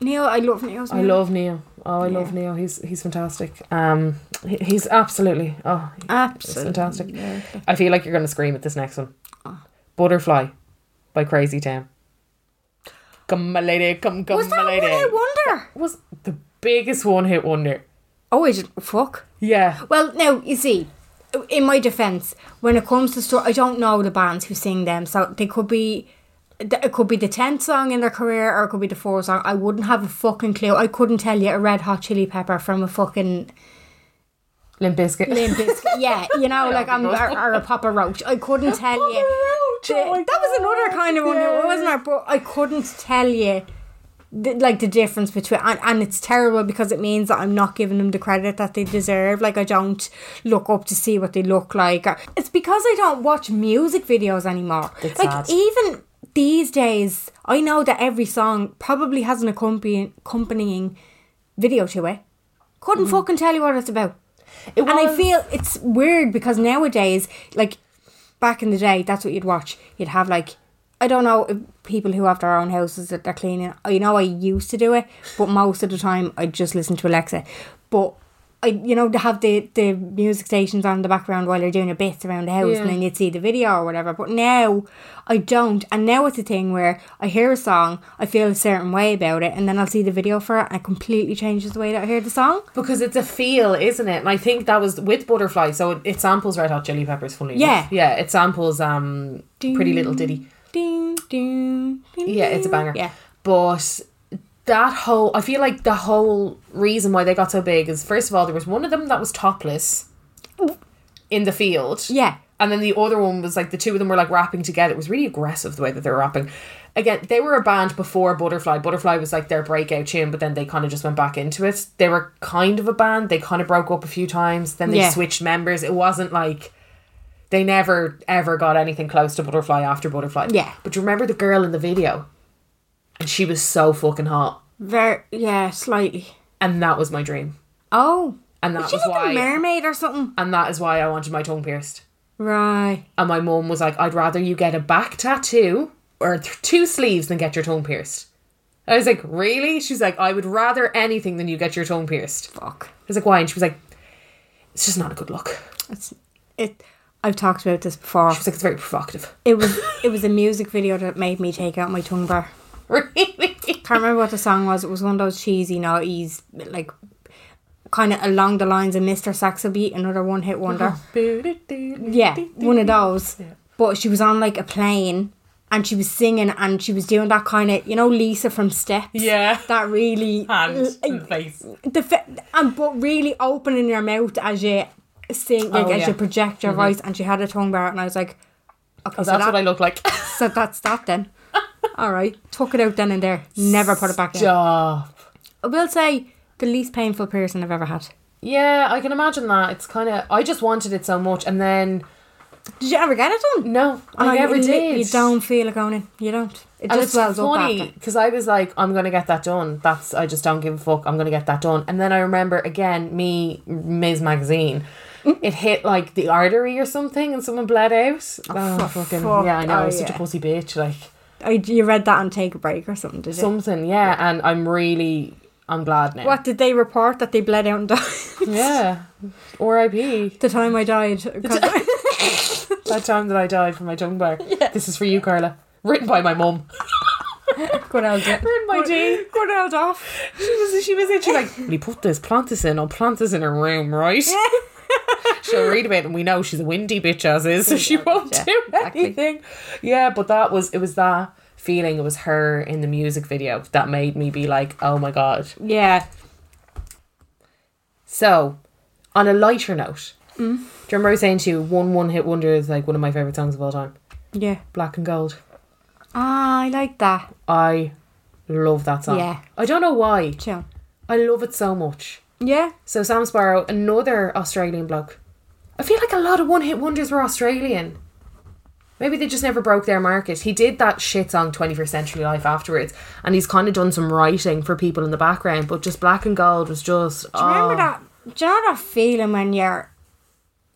Speaker 2: Neil, I love Neil's
Speaker 1: I
Speaker 2: name.
Speaker 1: love Neo. Oh, I love Neo. He's he's fantastic. Um, he- he's absolutely oh, It's
Speaker 2: Absolutely. Ah.
Speaker 1: fantastic. I feel like you're going to scream at this next one. Butterfly by Crazy Town. Come, my lady, come, come,
Speaker 2: Was
Speaker 1: my
Speaker 2: that
Speaker 1: lady.
Speaker 2: what I wonder?
Speaker 1: was the biggest one hit wonder.
Speaker 2: Oh, is it? Fuck.
Speaker 1: Yeah.
Speaker 2: Well, now, you see, in my defence, when it comes to story, I don't know the bands who sing them, so they could be. th- It could be the 10th song in their career or it could be the 4th song. I wouldn't have a fucking clue. I couldn't tell you a red hot chili pepper from a fucking
Speaker 1: Limp Bizkit.
Speaker 2: Limp Bizkit. Yeah, you know, like I'm or, or a Papa Roach. I couldn't tell you.
Speaker 1: Roach,
Speaker 2: The-
Speaker 1: oh my
Speaker 2: that was another kind of one,
Speaker 1: God,
Speaker 2: wasn't it? But I couldn't tell you. The, like the difference between and, and it's terrible because it means that I'm not giving them the credit that they deserve like I don't look up to see what they look like it's because I don't watch music videos anymore
Speaker 1: It's
Speaker 2: like
Speaker 1: sad.
Speaker 2: even these days I know that every song probably has an accompanying, accompanying video to it couldn't fucking tell you what it's about
Speaker 1: Mm-hmm. It
Speaker 2: and I
Speaker 1: was-
Speaker 2: feel it's weird because nowadays, like back in the day, that's what you'd watch. You'd have like I don't know if people who have their own houses that they're cleaning. I know I used to do it, but most of the time I just listen to Alexa. But I, you know, to have the the music stations on in the background while they're doing a bit around the house, and then you'd see the video or whatever. But now I don't, and now it's a thing where I hear a song, I feel a certain way about it, and then I'll see the video for it, and it completely changes the way that I hear the song.
Speaker 1: Because it's a feel, isn't it? And I think that was with Butterfly. So it, it samples Red Hot Chili Peppers, funny
Speaker 2: Yeah.
Speaker 1: enough. Yeah, it samples um, Pretty Little Ditty.
Speaker 2: Ding, ding, ding.
Speaker 1: Yeah, it's a banger.
Speaker 2: Yeah.
Speaker 1: But that whole I feel like the whole reason why they got so big is first of all there was one of them that was topless in the field.
Speaker 2: Yeah.
Speaker 1: And then the other one was like the two of them were like rapping together. It was really aggressive the way that they were rapping. Again, they were a band before Butterfly. Butterfly was like their breakout tune, but then they kind of just went back into it. They were kind of a band. They kind of broke up a few times. Then they
Speaker 2: Yeah.
Speaker 1: switched members. It wasn't like they never ever got anything close to Butterfly after Butterfly.
Speaker 2: Yeah.
Speaker 1: But do you remember the girl in the video? And she was so fucking hot.
Speaker 2: Very, yeah, slightly.
Speaker 1: and that was my dream.
Speaker 2: Oh,
Speaker 1: And that
Speaker 2: she's
Speaker 1: was
Speaker 2: like
Speaker 1: why,
Speaker 2: a mermaid or something,
Speaker 1: and that is why I wanted my tongue pierced.
Speaker 2: right?
Speaker 1: And my mum was like, "I'd rather you get a back tattoo or th- two sleeves than get your tongue pierced." I was like, "Really?" She's like, "I would rather anything than you get your tongue pierced." I
Speaker 2: Fuck.
Speaker 1: was like, "Why?" And she was like, "It's just not a good look."
Speaker 2: It's it. I've talked about this before.
Speaker 1: She was like, "It's very provocative."
Speaker 2: It was it was a music video that made me take out my tongue bar.
Speaker 1: really?
Speaker 2: Can't remember what the song was. It was one of those cheesy noughties, like kind of along the lines of Mr. Saxelby, another one hit
Speaker 1: Uh-huh.
Speaker 2: wonder. Yeah, one of those. But she was on like a plane and she was singing and she was doing that kind of, you know, Lisa from Steps.
Speaker 1: Yeah.
Speaker 2: That really.
Speaker 1: face.
Speaker 2: the fa- and but really opening your mouth as you sing, like
Speaker 1: Oh,
Speaker 2: as
Speaker 1: yeah.
Speaker 2: you project your voice. And she had a tongue bar, and I was like, okay, so,
Speaker 1: Oh, That's
Speaker 2: that,
Speaker 1: what I look like.
Speaker 2: so that's that then. All right, took it out then and there. Never put it back in.
Speaker 1: Stop.
Speaker 2: I will say the least painful piercing I've ever had.
Speaker 1: Yeah, I can imagine that. It's kind of. I just wanted it so much, and then
Speaker 2: Did you ever get it done?
Speaker 1: no, I,
Speaker 2: And
Speaker 1: never
Speaker 2: you li-
Speaker 1: did.
Speaker 2: You don't feel it going in. You don't. It
Speaker 1: And
Speaker 2: just
Speaker 1: it's
Speaker 2: wells
Speaker 1: funny
Speaker 2: up after.
Speaker 1: because I was like, I'm gonna get that done. That's I just don't give a fuck. I'm gonna get that done. And then I remember again, me Ms. Magazine.
Speaker 2: Mm.
Speaker 1: It hit like the artery or something, and someone bled out. Oh,
Speaker 2: for
Speaker 1: fucking
Speaker 2: fuck.
Speaker 1: yeah! I know.
Speaker 2: Oh,
Speaker 1: I was such
Speaker 2: yeah.
Speaker 1: a pussy bitch. Like
Speaker 2: I, you read that on Take a Break or something, did you?
Speaker 1: something. Yeah, and I'm really. I'm glad now.
Speaker 2: what did they report that they bled out and died?
Speaker 1: Yeah. R.I.P.
Speaker 2: the time I died. 'Cause-
Speaker 1: That time that I died from my tongue bar. This is for you, Carla. Written by my mum.
Speaker 2: Good old Jim.
Speaker 1: Written by Jean.
Speaker 2: Good old off.
Speaker 1: She was, she was in, she's like, will you put this, plant this in, I'll plant this in her room, right? She'll read about it and we know she's a windy bitch as is, so she won't
Speaker 2: yeah,
Speaker 1: do
Speaker 2: exactly.
Speaker 1: anything. Yeah, but that was, it was that feeling, it was her in the music video that made me be like, oh my God.
Speaker 2: Yeah.
Speaker 1: So, on a lighter note, do you remember I was saying to you, One One Hit Wonder is like one of my favourite songs of all time?
Speaker 2: Yeah.
Speaker 1: Black and Gold.
Speaker 2: Ah, I like that.
Speaker 1: I love that song.
Speaker 2: Yeah.
Speaker 1: I don't know why.
Speaker 2: Chill.
Speaker 1: I love it so much.
Speaker 2: Yeah.
Speaker 1: So Sam Sparrow, another Australian bloke. I feel like a lot of one-hit wonders were Australian. Maybe they just never broke their market. He did that shit song 21st Century Life afterwards, and he's kind of done some writing for people in the background. But just Black and Gold was just.
Speaker 2: Do you remember
Speaker 1: oh.
Speaker 2: that? Do you know that feeling when you're,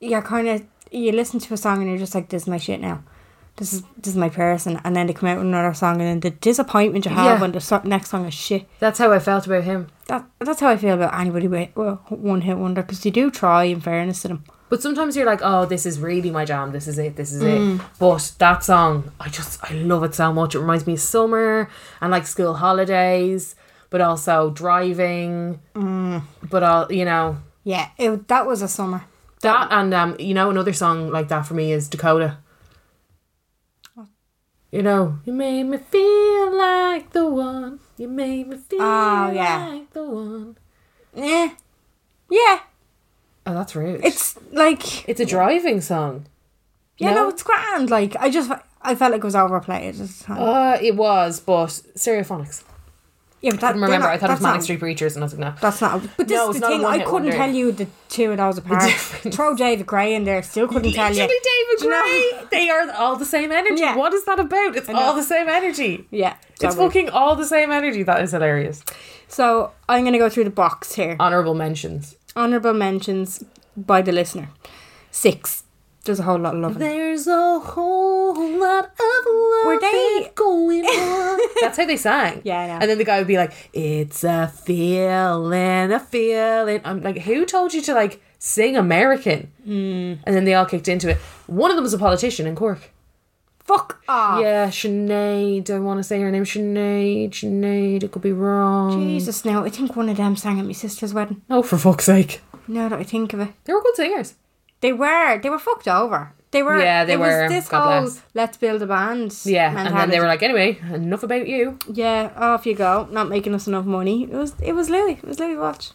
Speaker 2: you're kind of you listen to a song and you're just like, this is my shit now. This is this is my person, and then they come out with another song, and then the disappointment you have
Speaker 1: Yeah.
Speaker 2: when the so- next song is shit.
Speaker 1: That's how I felt about him.
Speaker 2: That that's how I feel about anybody with well, one hit wonder because you do try. In fairness to them,
Speaker 1: But sometimes you're like, oh, this is really my jam. This is it. This is
Speaker 2: Mm.
Speaker 1: it. But that song, I just, I love it so much. It reminds me of summer and like school holidays, but also driving.
Speaker 2: Mm.
Speaker 1: But all, you know,
Speaker 2: yeah, it, that was a summer.
Speaker 1: That and um, you know, another song like that for me is Dakota. You know, you made me feel like the one. You made me feel
Speaker 2: Oh, yeah.
Speaker 1: like the one.
Speaker 2: Yeah, Eh, yeah,
Speaker 1: Oh, that's rude.
Speaker 2: it's like
Speaker 1: it's a driving song.
Speaker 2: you know,
Speaker 1: No.
Speaker 2: it's grand. Like I just I felt like it was overplayed at the time.
Speaker 1: Uh, it was, but stereophonics.
Speaker 2: yeah, but
Speaker 1: I
Speaker 2: that,
Speaker 1: couldn't remember.
Speaker 2: they're not-
Speaker 1: I thought it was
Speaker 2: that's not-
Speaker 1: Manic Street Preachers, and I was like, no.
Speaker 2: That's not. But this
Speaker 1: No,
Speaker 2: is
Speaker 1: it's
Speaker 2: the
Speaker 1: not a
Speaker 2: thing. I
Speaker 1: one-hit
Speaker 2: couldn't
Speaker 1: wonder.
Speaker 2: tell you the two of those apart.
Speaker 1: difference.
Speaker 2: Throw David Gray in there. Still couldn't tell you.
Speaker 1: Literally David
Speaker 2: Do you know?
Speaker 1: Gray. They are all the same energy.
Speaker 2: Yeah.
Speaker 1: What is that about? It's
Speaker 2: know.
Speaker 1: all the same energy.
Speaker 2: Yeah,
Speaker 1: It's
Speaker 2: sorry.
Speaker 1: fucking all the same energy. That is hilarious.
Speaker 2: So I'm gonna go through the box here.
Speaker 1: Honorable mentions.
Speaker 2: Honorable mentions by the listener. Six. There's a whole lot of love. in it.
Speaker 1: There's a whole lot of love
Speaker 2: Were they-
Speaker 1: going on. That's how they sang.
Speaker 2: Yeah, I know.
Speaker 1: And then the guy would be like, "It's a feeling, a feeling." I'm like, "Who told you to like sing American?"
Speaker 2: Hmm.
Speaker 1: Mm. And then they all kicked into it. One of them was a politician in Cork.
Speaker 2: Fuck off.
Speaker 1: Yeah, Sinead. I want to say her name. Sinead. Sinead. It could be wrong.
Speaker 2: Jesus, now I think one of them sang at my sister's wedding.
Speaker 1: Oh, for fuck's sake!
Speaker 2: Now that I think of it,
Speaker 1: They were good singers.
Speaker 2: they were they were fucked over. They were.
Speaker 1: Yeah, they
Speaker 2: it was
Speaker 1: were.
Speaker 2: this
Speaker 1: God
Speaker 2: whole
Speaker 1: bless.
Speaker 2: let's build a band.
Speaker 1: Yeah, and then they
Speaker 2: mentality.
Speaker 1: were like, "Anyway, enough about you."
Speaker 2: yeah, off you go. Not making us enough money. It was it was Louis. It was Louis Watch.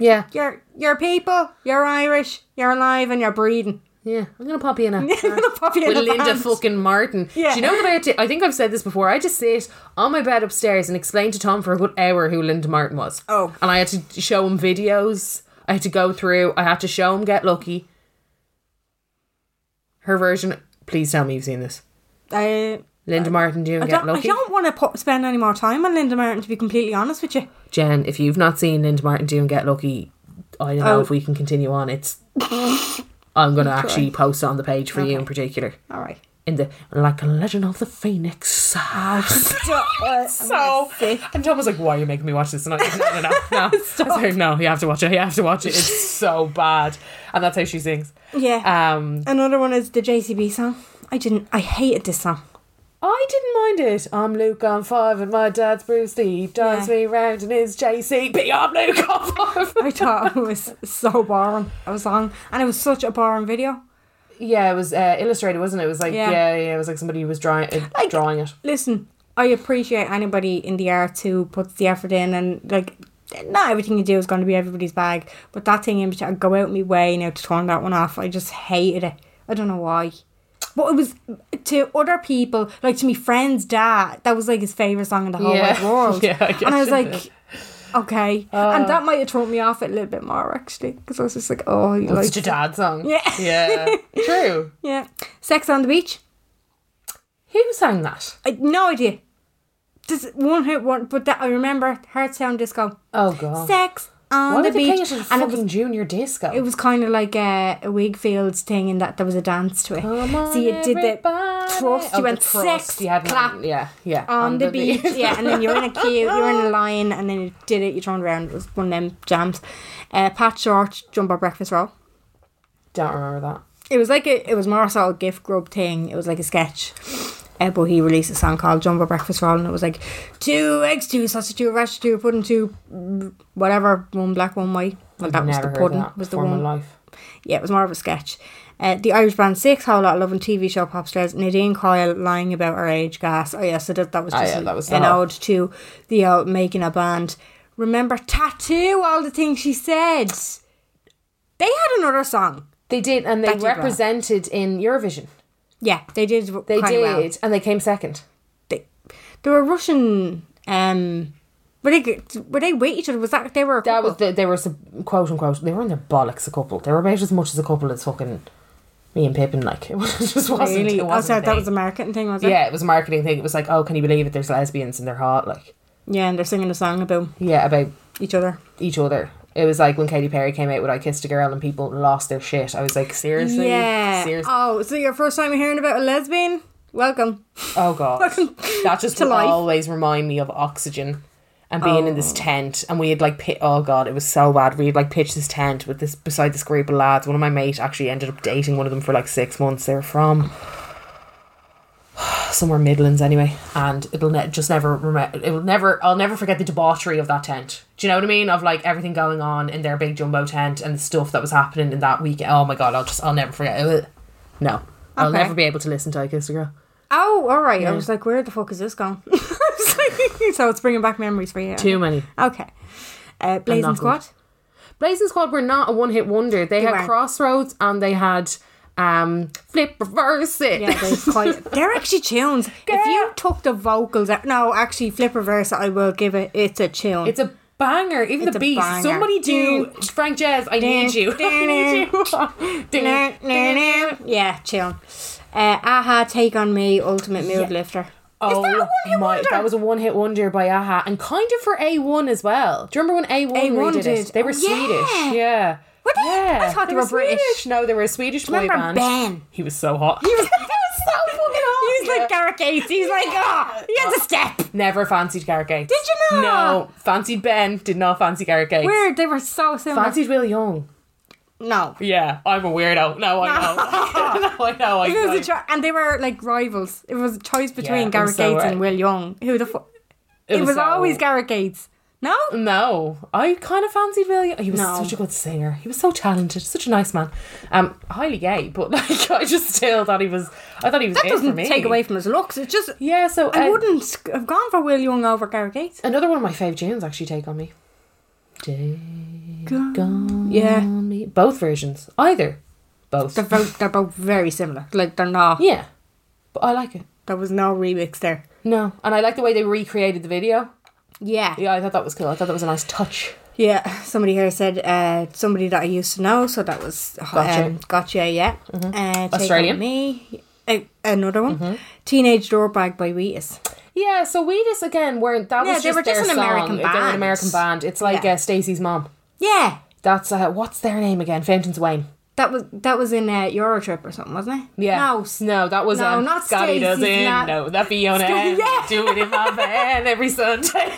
Speaker 1: Yeah,
Speaker 2: You're you're people. You're Irish. You're alive and you're breathing.
Speaker 1: yeah. I'm gonna pop you in a.
Speaker 2: You're gonna pop you in
Speaker 1: with
Speaker 2: a
Speaker 1: Linda
Speaker 2: band.
Speaker 1: fucking Martin.
Speaker 2: Yeah.
Speaker 1: Do you know that I had to, I think I've said this before. I just sit on my bed upstairs and explain to Tom for a good hour who Linda Martin was.
Speaker 2: Oh.
Speaker 1: And I had to show him videos. I had to go through. I had to show him Get Lucky. Her version. Please tell me you've seen this.
Speaker 2: I
Speaker 1: Linda Martin doing
Speaker 2: I
Speaker 1: Get
Speaker 2: don't, I
Speaker 1: Lucky.
Speaker 2: don't want to put, spend any more time on Linda Martin, to be completely honest with you.
Speaker 1: Jen, if you've not seen Linda Martin doing Get Lucky, I don't know
Speaker 2: Oh.
Speaker 1: if we can continue on. It's I'm going to actually post it on the page for you in particular.
Speaker 2: All right.
Speaker 1: In the like a legend of the phoenix.
Speaker 2: so,
Speaker 1: and Tom was like, "Why are you making me watch this?" And I was like, "No, no, no, no." I was like, "No, you have to watch it. You have to watch it. It's so bad." And that's how she sings.
Speaker 2: yeah.
Speaker 1: Um,
Speaker 2: Another one is the JCB song. I didn't, I hated this song.
Speaker 1: I didn't mind it. I'm Luke on five, and my dad's Bruce Lee. He Drives
Speaker 2: Yeah.
Speaker 1: me round in his JCB. I'm Luke on five.
Speaker 2: I thought it was so boring. I was on, and it was such a boring video.
Speaker 1: yeah, it was uh, illustrated, wasn't it? It was like yeah,
Speaker 2: Yeah.
Speaker 1: yeah. it was like somebody was drawing uh,
Speaker 2: Like-
Speaker 1: drawing it.
Speaker 2: Listen, I appreciate anybody in the arts who puts the effort in, and like, not everything you do is going to be everybody's bag. But that thing in which I go out my way now to turn that one off, I just hated it. I don't know why. But it was to other people, like to me friend's dad, that was like his favourite song in the whole
Speaker 1: Yeah.
Speaker 2: wide world.
Speaker 1: Yeah, I guess
Speaker 2: and I was
Speaker 1: it
Speaker 2: like,
Speaker 1: is. Oh.
Speaker 2: okay. and that might have thrown me off it a little bit more actually, because I was just like, oh, you
Speaker 1: It's
Speaker 2: like
Speaker 1: your dad's song.
Speaker 2: Yeah.
Speaker 1: yeah, true.
Speaker 2: yeah, Sex on the Beach.
Speaker 1: Who sang that?
Speaker 2: I no idea. This one hit one, but that I remember Heart Sound Disco.
Speaker 1: Oh god.
Speaker 2: Sex on
Speaker 1: Why
Speaker 2: the
Speaker 1: would they play
Speaker 2: beach,
Speaker 1: it at
Speaker 2: and it
Speaker 1: fucking
Speaker 2: was,
Speaker 1: junior disco?
Speaker 2: it was kind of like a, a Wigfields thing, in that there was a dance to it.
Speaker 1: Come on,
Speaker 2: so you did
Speaker 1: everybody.
Speaker 2: the thrust,
Speaker 1: Oh,
Speaker 2: you went
Speaker 1: the thrust.
Speaker 2: sex,
Speaker 1: You had
Speaker 2: clap
Speaker 1: one- yeah, yeah.
Speaker 2: on, the, beach, yeah, and then you're in a queue, you're in a line, and then you did it. You turned around, it was one of them jams. Uh, Pat Short, Jumbo Breakfast Roll.
Speaker 1: Don't remember that.
Speaker 2: It was like a, it was more so a gift grub thing. It was like a sketch. Uh, but he released a song called Jumbo Breakfast Roll and it was like two eggs, two sausage, two rash, two pudding, two mm, whatever, one black, one white. Well, that was the
Speaker 1: Never heard
Speaker 2: pudding.
Speaker 1: that
Speaker 2: Was the
Speaker 1: before in
Speaker 2: one?
Speaker 1: my life.
Speaker 2: Yeah, it was more of a sketch. Uh, the Irish band Six, Whole Lot of Love and TV show Pop Stars, Nadine Coyle lying about her age, gas. Oh yeah, so that, that was
Speaker 1: Ah,
Speaker 2: just
Speaker 1: yeah, that was the
Speaker 2: an
Speaker 1: whole-
Speaker 2: ode to the uh, making a band. Remember tattoo all the things she said. They had another song.
Speaker 1: They did, and they
Speaker 2: Betty Brant.
Speaker 1: represented in Eurovision.
Speaker 2: Yeah, they did.
Speaker 1: They
Speaker 2: kinda
Speaker 1: did,
Speaker 2: well.
Speaker 1: and they came second.
Speaker 2: they they were Russian. Um, were they were they with each other? Was that they were? a
Speaker 1: That
Speaker 2: couple?
Speaker 1: was the, they were sub- quote unquote they were in their bollocks a couple. They were about as much as a couple as fucking me and Pippin. Like it was- just wasn't.
Speaker 2: really.
Speaker 1: It
Speaker 2: Oh,
Speaker 1: wasn't
Speaker 2: sorry,
Speaker 1: a
Speaker 2: that
Speaker 1: thing.
Speaker 2: was a marketing thing, was it?
Speaker 1: yeah, it was a marketing thing. It was like, oh, can you believe it? There's lesbians and they're hot. Like
Speaker 2: yeah, and they're singing a song about
Speaker 1: yeah, about
Speaker 2: each other.
Speaker 1: each other. It was like when Katy Perry came out with "I Kissed a Girl" and people lost their shit. I was like, seriously,
Speaker 2: yeah.
Speaker 1: seriously,
Speaker 2: Oh, so your first time hearing about a lesbian? Welcome.
Speaker 1: oh god, that just
Speaker 2: to
Speaker 1: will
Speaker 2: life. Oh.
Speaker 1: always remind me of oxygen. And being in this tent, and we had like pit. Oh god, it was so bad. We had like pitched this tent with this beside this group of lads. One of my mates actually ended up dating one of them for like six months. They were from somewhere Midlands anyway, and it'll ne- just never remember. It'll never. I'll never forget the debauchery of that tent. Do you know what I mean? Of like everything going on in their big jumbo tent and the stuff that was happening in that week. Oh my god, I'll just. I'll never forget. it. No, I'll
Speaker 2: Okay.
Speaker 1: never be able to listen to I Kissed a Girl.
Speaker 2: Oh, all right. I was like, where the fuck is this gone? so it's bringing back memories for you.
Speaker 1: Too many.
Speaker 2: Okay. Uh, Blazing
Speaker 1: not
Speaker 2: Squad.
Speaker 1: good. Blazing Squad were not a one hit wonder. They, had
Speaker 2: weren't.
Speaker 1: Crossroads and they had um, Flip Reverse It.
Speaker 2: Yeah, they're quite. They're actually tunes. If you took the vocals out, no, actually, flip reverse. I will give it. It's a tune.
Speaker 1: It's a banger. Even
Speaker 2: It's
Speaker 1: the
Speaker 2: a
Speaker 1: beat.
Speaker 2: banger.
Speaker 1: Somebody do Frank Jazz. I need you. I need you. Dun, dun, dun.
Speaker 2: yeah, tune. Uh, Aha, take on me, ultimate mood lifter.
Speaker 1: Oh
Speaker 2: that a one-hit
Speaker 1: my!
Speaker 2: wonder?
Speaker 1: That was a one-hit wonder by Aha, and kind of for A One as well. Do you remember when A One
Speaker 2: A1
Speaker 1: redid
Speaker 2: did.
Speaker 1: it? They
Speaker 2: Oh,
Speaker 1: were
Speaker 2: yeah.
Speaker 1: Swedish. Yeah.
Speaker 2: Were they?
Speaker 1: Yeah.
Speaker 2: I thought they were British.
Speaker 1: Swedish. No, they were a Swedish boy
Speaker 2: Remember
Speaker 1: band.
Speaker 2: Ben?
Speaker 1: He was so hot. He was, so fucking hot.
Speaker 2: He's like Gareth Gates. He's like, oh, he has a step.
Speaker 1: Never fancied Garrett Gates.
Speaker 2: Did you not?
Speaker 1: No, fancied Ben. Did not fancy Garrett Gates.
Speaker 2: Weird. They were so similar.
Speaker 1: Fancied Will Young.
Speaker 2: No.
Speaker 1: Yeah, I'm a weirdo. No, I know. no, I know. I
Speaker 2: It was
Speaker 1: know.
Speaker 2: a cho- and they were like rivals. It was a choice between
Speaker 1: I'm
Speaker 2: Gareth
Speaker 1: so
Speaker 2: Gates
Speaker 1: right.
Speaker 2: and Will Young. Who the fuck? It, was Mm,
Speaker 1: so-
Speaker 2: always Gareth Gates. No.
Speaker 1: No, I kind of fancied William. He was
Speaker 2: No.
Speaker 1: such a good singer. He was so talented, such a nice man. Um, highly gay, but like I just still thought he was. I thought he was.
Speaker 2: That
Speaker 1: it for
Speaker 2: doesn't
Speaker 1: me.
Speaker 2: take away from his looks. It's just
Speaker 1: Yeah, so
Speaker 2: I
Speaker 1: uh,
Speaker 2: wouldn't have gone for Will Young over Gareth Gates.
Speaker 1: Another one of my fave tunes actually take on me. Take on
Speaker 2: Yeah,
Speaker 1: me. Both versions, either, both.
Speaker 2: they're both, they're both very similar. Like they're not.
Speaker 1: yeah, but I like it.
Speaker 2: There was no remix there.
Speaker 1: No, and I like the way they recreated the video.
Speaker 2: Yeah.
Speaker 1: Yeah, I thought that was cool. I thought that was a nice touch.
Speaker 2: Yeah, somebody here said uh, somebody that I used to know, so that was
Speaker 1: Gotcha. Mm-hmm.
Speaker 2: um, gotcha yeah. Uh, take on
Speaker 1: Australian? Mm-hmm.
Speaker 2: me. a, another one, Teenage Doorbag by Wheatus.
Speaker 1: Yeah, so Wheatus again weren't that
Speaker 2: Yeah,
Speaker 1: was
Speaker 2: they
Speaker 1: just
Speaker 2: were just
Speaker 1: their
Speaker 2: an
Speaker 1: song.
Speaker 2: American
Speaker 1: They were an
Speaker 2: band.
Speaker 1: American band. It's like
Speaker 2: Yeah.
Speaker 1: uh, Stacey's mom.
Speaker 2: Yeah,
Speaker 1: That's uh, what's their name again? Fountains Wayne.
Speaker 2: that was that was in uh, Eurotrip or something, wasn't it?
Speaker 1: Yeah.
Speaker 2: No,
Speaker 1: no, that was
Speaker 2: no,
Speaker 1: um,
Speaker 2: not
Speaker 1: Scotty
Speaker 2: Stacey's,
Speaker 1: doesn't.
Speaker 2: not-
Speaker 1: No, that Fiona.
Speaker 2: Scotty-
Speaker 1: yeah.
Speaker 2: yeah.
Speaker 1: Do it in my van every Sunday.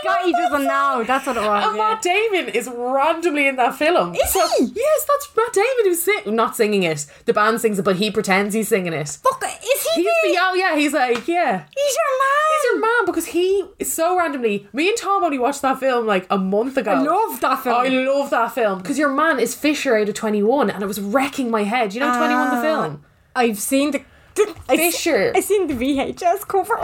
Speaker 2: Scotty doesn't know. That's what it was.
Speaker 1: And
Speaker 2: yeah.
Speaker 1: Matt Damon is randomly in that film.
Speaker 2: Is
Speaker 1: Oh, So-
Speaker 2: he?
Speaker 1: Yes, that's Matt Damon who's sing- not singing it. The band sings it, but he pretends he's singing it.
Speaker 2: Fuck, is he?
Speaker 1: He's
Speaker 2: the-
Speaker 1: the oh yeah, he's like yeah.
Speaker 2: he's your man.
Speaker 1: He's your man because he is so randomly. Me and Tom only watched that film like a month ago.
Speaker 2: I love that film.
Speaker 1: I love that film because your man is Fisher out of Twenty One, and it was wrecking my head. You know Twenty One the film.
Speaker 2: Ah. I've seen the. the
Speaker 1: Fisher.
Speaker 2: I've seen the VHS cover.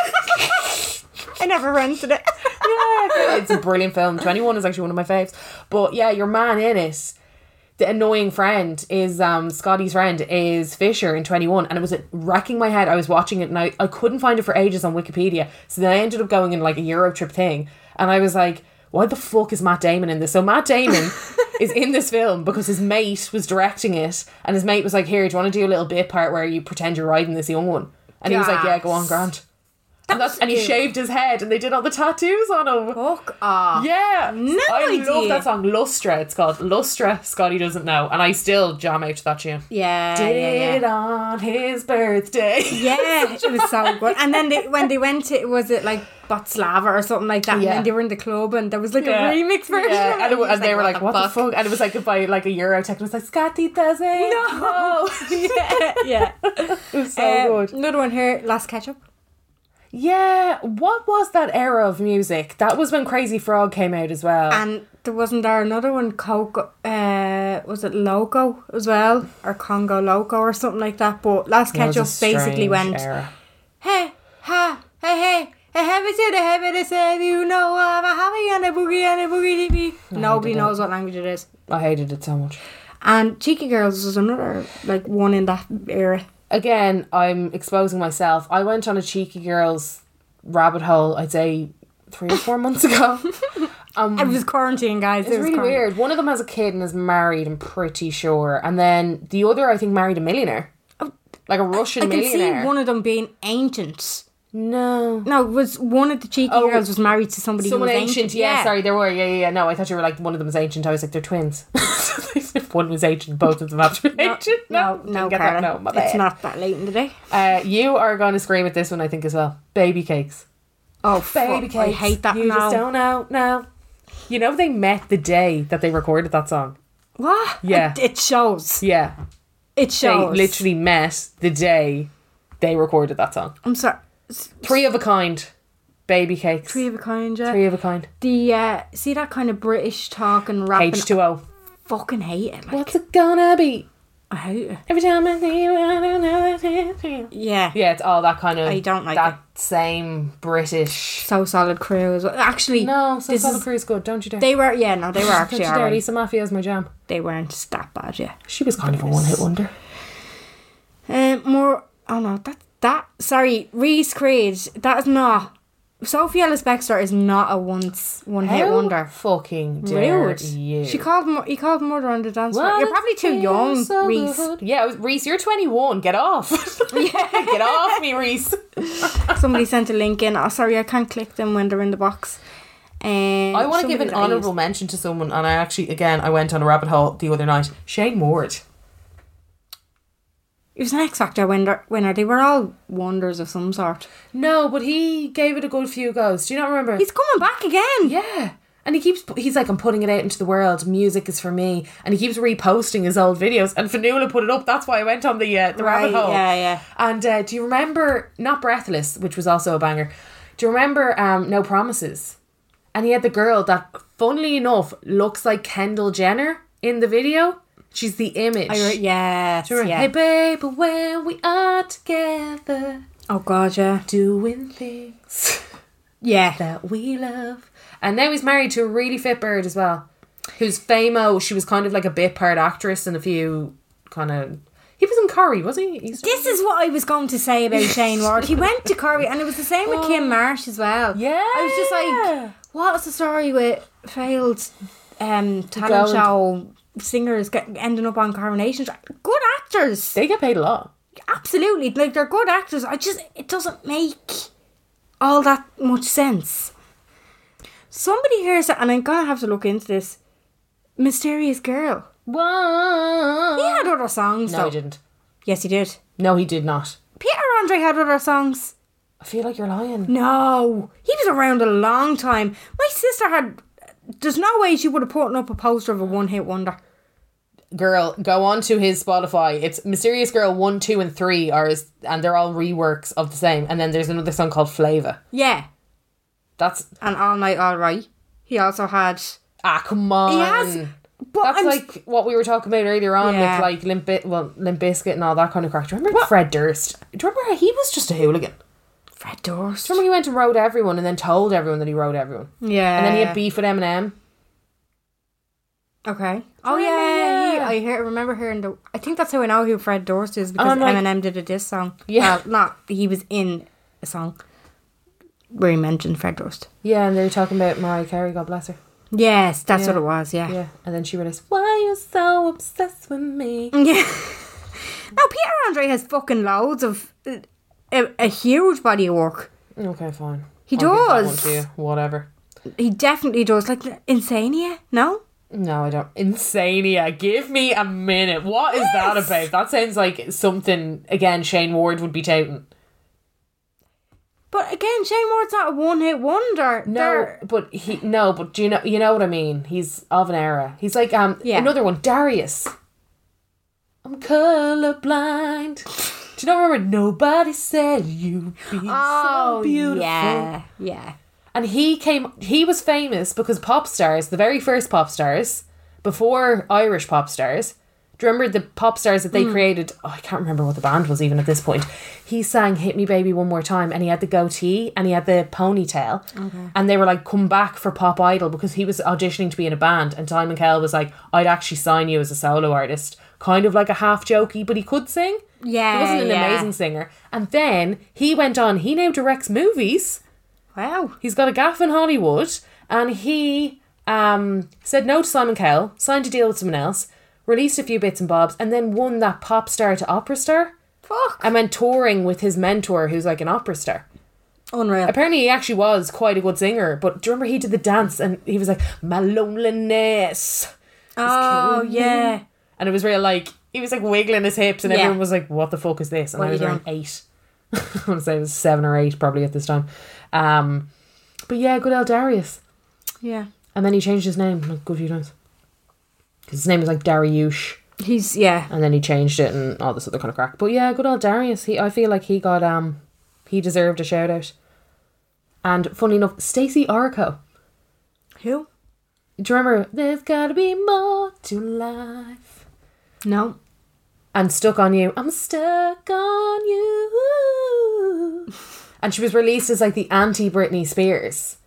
Speaker 2: I never rented it.
Speaker 1: yeah, it's a brilliant film. Twenty One is actually one of my faves. But yeah, your man in it, the annoying friend is um Scotty's friend is Fisher in Twenty One, and it was wrecking my head. I was watching it and I, I couldn't find it for ages on Wikipedia. So then I ended up going in like a Euro trip thing, and I was like. Why the fuck is Matt Damon in this? So Matt Damon is in this film because his mate was directing it, and his mate was like, "Here, do you want to do a little bit part where you pretend you're riding this young one?" And he was like, "Yeah, go on,
Speaker 2: Yes.
Speaker 1: Grant." And, that's,
Speaker 2: was
Speaker 1: and he
Speaker 2: it.
Speaker 1: shaved his head, and they did all the tattoos on him.
Speaker 2: Fuck off.
Speaker 1: Yeah.
Speaker 2: No
Speaker 1: I love
Speaker 2: idea.
Speaker 1: that song, Lustra. It's called Lustra. Scotty doesn't know. And I still jam out to that tune.
Speaker 2: Yeah.
Speaker 1: Did
Speaker 2: yeah,
Speaker 1: it
Speaker 2: yeah.
Speaker 1: on his birthday.
Speaker 2: Yeah, it was so good. And then they, when they went to, was it like Botswana or something like that?
Speaker 1: Yeah.
Speaker 2: And then they were in the club and there was like
Speaker 1: Yeah.
Speaker 2: a remix version. of
Speaker 1: Yeah.
Speaker 2: it.
Speaker 1: And, it, wa-
Speaker 2: was
Speaker 1: and they were like, what, the, fuck? And it was like by like a Euro tech. It was like, Scotty doesn't. No. Um,
Speaker 2: yeah, yeah.
Speaker 1: so
Speaker 2: Uh,
Speaker 1: good.
Speaker 2: Another one here, Last Ketchup.
Speaker 1: Yeah. What was that era of music? That was when Crazy Frog came out as well.
Speaker 2: And there wasn't there another one, Coco, uh, was it Loco as well? Or Congo Loco or something like that. But Last
Speaker 1: That was a
Speaker 2: Ketchup basically
Speaker 1: strange
Speaker 2: went,
Speaker 1: era.
Speaker 2: hey, ha, hey, hey. I have it said, I have it said, you know, uh, I'm a happy and a boogie and a boogie dee Nobody knows what language it is.
Speaker 1: I hated it so much.
Speaker 2: And Cheeky Girls was another, like, one in that era.
Speaker 1: again, I'm exposing myself. I went on a cheeky girls rabbit hole, I'd say three or four months ago.
Speaker 2: it was quarantine, guys.
Speaker 1: Mm. It's
Speaker 2: it was
Speaker 1: really
Speaker 2: quarantine.
Speaker 1: weird. One of them has a kid and is married, I'm pretty sure. And then the other, I think, married a millionaire. Like a Russian
Speaker 2: Oh, I can
Speaker 1: millionaire.
Speaker 2: see one of them being ancient.
Speaker 1: no.
Speaker 2: No, it was one of the Cheeky
Speaker 1: Oh,
Speaker 2: Girls was married to somebody
Speaker 1: Someone
Speaker 2: who was
Speaker 1: ancient,
Speaker 2: ancient.
Speaker 1: yeah, Sorry, there were. Yeah, yeah, yeah. No, I thought you were like one of them is ancient. I was like, they're twins. if one was ancient, both of them have to be ancient.
Speaker 2: No,
Speaker 1: didn't
Speaker 2: no,
Speaker 1: get that.
Speaker 2: Carla.
Speaker 1: No, my
Speaker 2: It's
Speaker 1: bad.
Speaker 2: not that late in the day.
Speaker 1: Uh, you are going to scream at this one, I think, as well. Baby cakes.
Speaker 2: Oh, baby
Speaker 1: cakes.
Speaker 2: I hate that
Speaker 1: You
Speaker 2: now.
Speaker 1: just don't know. No. You know they met the day that they recorded that song.
Speaker 2: What?
Speaker 1: Yeah.
Speaker 2: It, it shows.
Speaker 1: Yeah,
Speaker 2: It
Speaker 1: they
Speaker 2: shows.
Speaker 1: literally met the day they recorded that song.
Speaker 2: I'm sorry. It's
Speaker 1: Three of a kind, baby cakes.
Speaker 2: Three of a kind, yeah.
Speaker 1: Three of a kind.
Speaker 2: the uh, see that kind of British talk and rap.
Speaker 1: H two O.
Speaker 2: Fucking hate it. Like,
Speaker 1: What's it gonna be?
Speaker 2: I hate it.
Speaker 1: Every time I see you, I don't know what it is.
Speaker 2: Yeah.
Speaker 1: Yeah, it's all that kind of.
Speaker 2: I don't like
Speaker 1: that same British.
Speaker 2: So solid crew as well. Actually,
Speaker 1: No, so
Speaker 2: this
Speaker 1: Santa
Speaker 2: is-
Speaker 1: Cruz good. Don't you dare.
Speaker 2: They were. Yeah, no, they were
Speaker 1: don't
Speaker 2: actually.
Speaker 1: you dare.
Speaker 2: alright.
Speaker 1: Lisa Mafia is my jam.
Speaker 2: They weren't that bad. Yeah.
Speaker 1: She was kind of a one hit wonder.
Speaker 2: Um, more. Oh no, that that. Sorry, Reese Creed. That is not. Sophie Ellis Bextor is not a once one hit
Speaker 1: How
Speaker 2: wonder.
Speaker 1: Fucking dare
Speaker 2: Rude.
Speaker 1: you.
Speaker 2: She called. mur- He called murder on the dance floor. You're probably too young, Reese.
Speaker 1: Yeah, Reese, you're 21. Get off. yeah, get off me, Reese.
Speaker 2: Somebody sent a link in. Oh, sorry, I can't click them when they're in the box. Um,
Speaker 1: I want to give an honourable mention to someone, and I actually, again, I went on a rabbit hole the other night. Shane Ward.
Speaker 2: It was an X Factor winner. Winner. They were all wonders of some sort.
Speaker 1: No, but he gave it a good few goes. Do you not remember?
Speaker 2: He's coming back again.
Speaker 1: yeah. And he keeps, he's like, I'm putting it out into the world. Music is for me. And he keeps reposting his old videos. And Fanula put it up. That's why I went on the, uh, the rabbit
Speaker 2: Right,
Speaker 1: hole.
Speaker 2: yeah, yeah.
Speaker 1: And uh, do you remember, not Breathless, which was also a banger. Do you remember um, No Promises? And he had the girl that, funnily enough, looks like Kendall Jenner in the video. She's the image.
Speaker 2: I re- yes.
Speaker 1: Do you remember?
Speaker 2: yeah.
Speaker 1: Hey, baby, when we are together,
Speaker 2: Oh god, yeah.
Speaker 1: doing things
Speaker 2: Yeah.
Speaker 1: that we love. And now he's married to a really fit bird as well, who's famo. She was kind of like a bit part actress in a few kind of. He was in Corrie, was he? He's-
Speaker 2: This is what I was going to say about Shane Ward. He went to Corrie, and it was the same with Kim Marsh as well.
Speaker 1: Oh. Yeah.
Speaker 2: I was just like, what's the story with failed um, talent
Speaker 1: Going-
Speaker 2: show singers get, ending up on coronations? Good actors.
Speaker 1: they get paid a lot.
Speaker 2: absolutely. Like they're good actors. I just it doesn't make all that much sense. Somebody here said, and I'm gonna have to look into this. Mysterious girl.
Speaker 1: Whoa.
Speaker 2: He had other songs.
Speaker 1: No,
Speaker 2: though.
Speaker 1: he didn't.
Speaker 2: Yes, he did.
Speaker 1: No, he did not.
Speaker 2: Peter Andre had other songs.
Speaker 1: I feel like you're lying.
Speaker 2: No, he was around a long time. My sister had. There's no way she would have put up a poster of a one-hit wonder.
Speaker 1: Girl, go on to his Spotify. It's Mysterious Girl 1, 2, and 3 are his, and they're all reworks of the same. And then there's another song called Flavor.
Speaker 2: Yeah,
Speaker 1: That's.
Speaker 2: and all night, all right. He also had.
Speaker 1: Ah, come on.
Speaker 2: He has. But
Speaker 1: That's
Speaker 2: I'm,
Speaker 1: like what we were talking about earlier on
Speaker 2: Yeah.
Speaker 1: with like Limp, Bi- well, Limp Biscuit and all that kind of crack. Do you remember Fred Durst? Do you remember he was just a hooligan?
Speaker 2: Fred Durst.
Speaker 1: Do you remember he went and rode everyone and then told everyone that he rode everyone?
Speaker 2: Yeah.
Speaker 1: And then he had beef with Eminem.
Speaker 2: Okay. Oh yeah, he- I hear. Remember hearing the. I think that's how I know who Fred Durst is because
Speaker 1: I'm like-
Speaker 2: Eminem did a diss song.
Speaker 1: Yeah.
Speaker 2: Well, not he was in a song where he mentioned Fred Durst.
Speaker 1: Yeah, and they were talking about Mariah Carey, God bless her.
Speaker 2: Yes, that's
Speaker 1: Yeah.
Speaker 2: what it was. Yeah.
Speaker 1: Yeah. And then she realized, why you so obsessed with me?
Speaker 2: Yeah. now Peter Andre has fucking loads of uh, a, a huge body of work.
Speaker 1: Okay, fine.
Speaker 2: He
Speaker 1: give that
Speaker 2: does.
Speaker 1: one to you. Whatever.
Speaker 2: He definitely does. Like Insania, no?
Speaker 1: No, I don't. Insania. Give me a minute. What is that
Speaker 2: Yes.
Speaker 1: about? That sounds like something, again, Shane Ward would be touting.
Speaker 2: But again, Shane Ward's not a one-hit wonder.
Speaker 1: No,
Speaker 2: They're-
Speaker 1: but he no, but do you know you know what I mean? He's of an era. He's like um
Speaker 2: Yeah.
Speaker 1: another one, Darius. I'm colorblind. Do you not remember? Nobody said you be
Speaker 2: Oh,
Speaker 1: so beautiful.
Speaker 2: yeah, yeah.
Speaker 1: And he came. He was famous because pop stars, the very first pop stars, before Irish pop stars. Do you remember the pop stars that they
Speaker 2: Hmm.
Speaker 1: created? Oh, I can't remember what the band was even at this point. He sang "Hit Me, Baby, One More Time," and he had the goatee and he had the ponytail. And they were like, "Come back for Pop Idol" because he was auditioning to be in a band. And Simon Cowell was like, "I'd actually sign you as a solo artist," kind of like a half jokey, but he could sing.
Speaker 2: Yeah,
Speaker 1: he wasn't an
Speaker 2: yeah.
Speaker 1: amazing singer. And then he went on. He now directs movies.
Speaker 2: Wow.
Speaker 1: He's got a gaff in Hollywood, and he um, said no to Simon Cowell, signed a deal with someone else, released a few bits and bobs, and then won that pop star to opera star.
Speaker 2: Fuck.
Speaker 1: And went touring with his mentor, who's like an opera star.
Speaker 2: Unreal.
Speaker 1: Apparently, he actually was quite a good singer. But do you remember he did the dance and he was like, "My loneliness,"
Speaker 2: Oh yeah.
Speaker 1: and it was real like he was like wiggling his hips, and
Speaker 2: Yeah.
Speaker 1: everyone was like, "What the fuck is this?" And
Speaker 2: What
Speaker 1: I
Speaker 2: are
Speaker 1: was
Speaker 2: you
Speaker 1: around eight. I want to say it was seven or eight probably at this time. Um, but yeah, good old Darius.
Speaker 2: Yeah.
Speaker 1: And then he changed his name like a good few times. 'Cause his name was like Dariush,
Speaker 2: He's yeah.
Speaker 1: and then he changed it and all this other kind of crack. But yeah, good old Darius. He, I feel like he got um, he deserved a shout out. And funny enough, Stacey Arco.
Speaker 2: Who?
Speaker 1: Do you remember? There's gotta be more to life.
Speaker 2: No.
Speaker 1: And stuck on you. I'm stuck on you. And she was released as like the anti Britney Spears.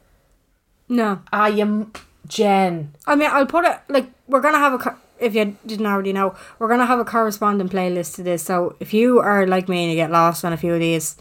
Speaker 2: No.
Speaker 1: I am Jen.
Speaker 2: I mean, I'll put it like we're gonna have a. Co- if you didn't already know, we're gonna have a corresponding playlist to this. So if you are like me and you get lost on a few of these,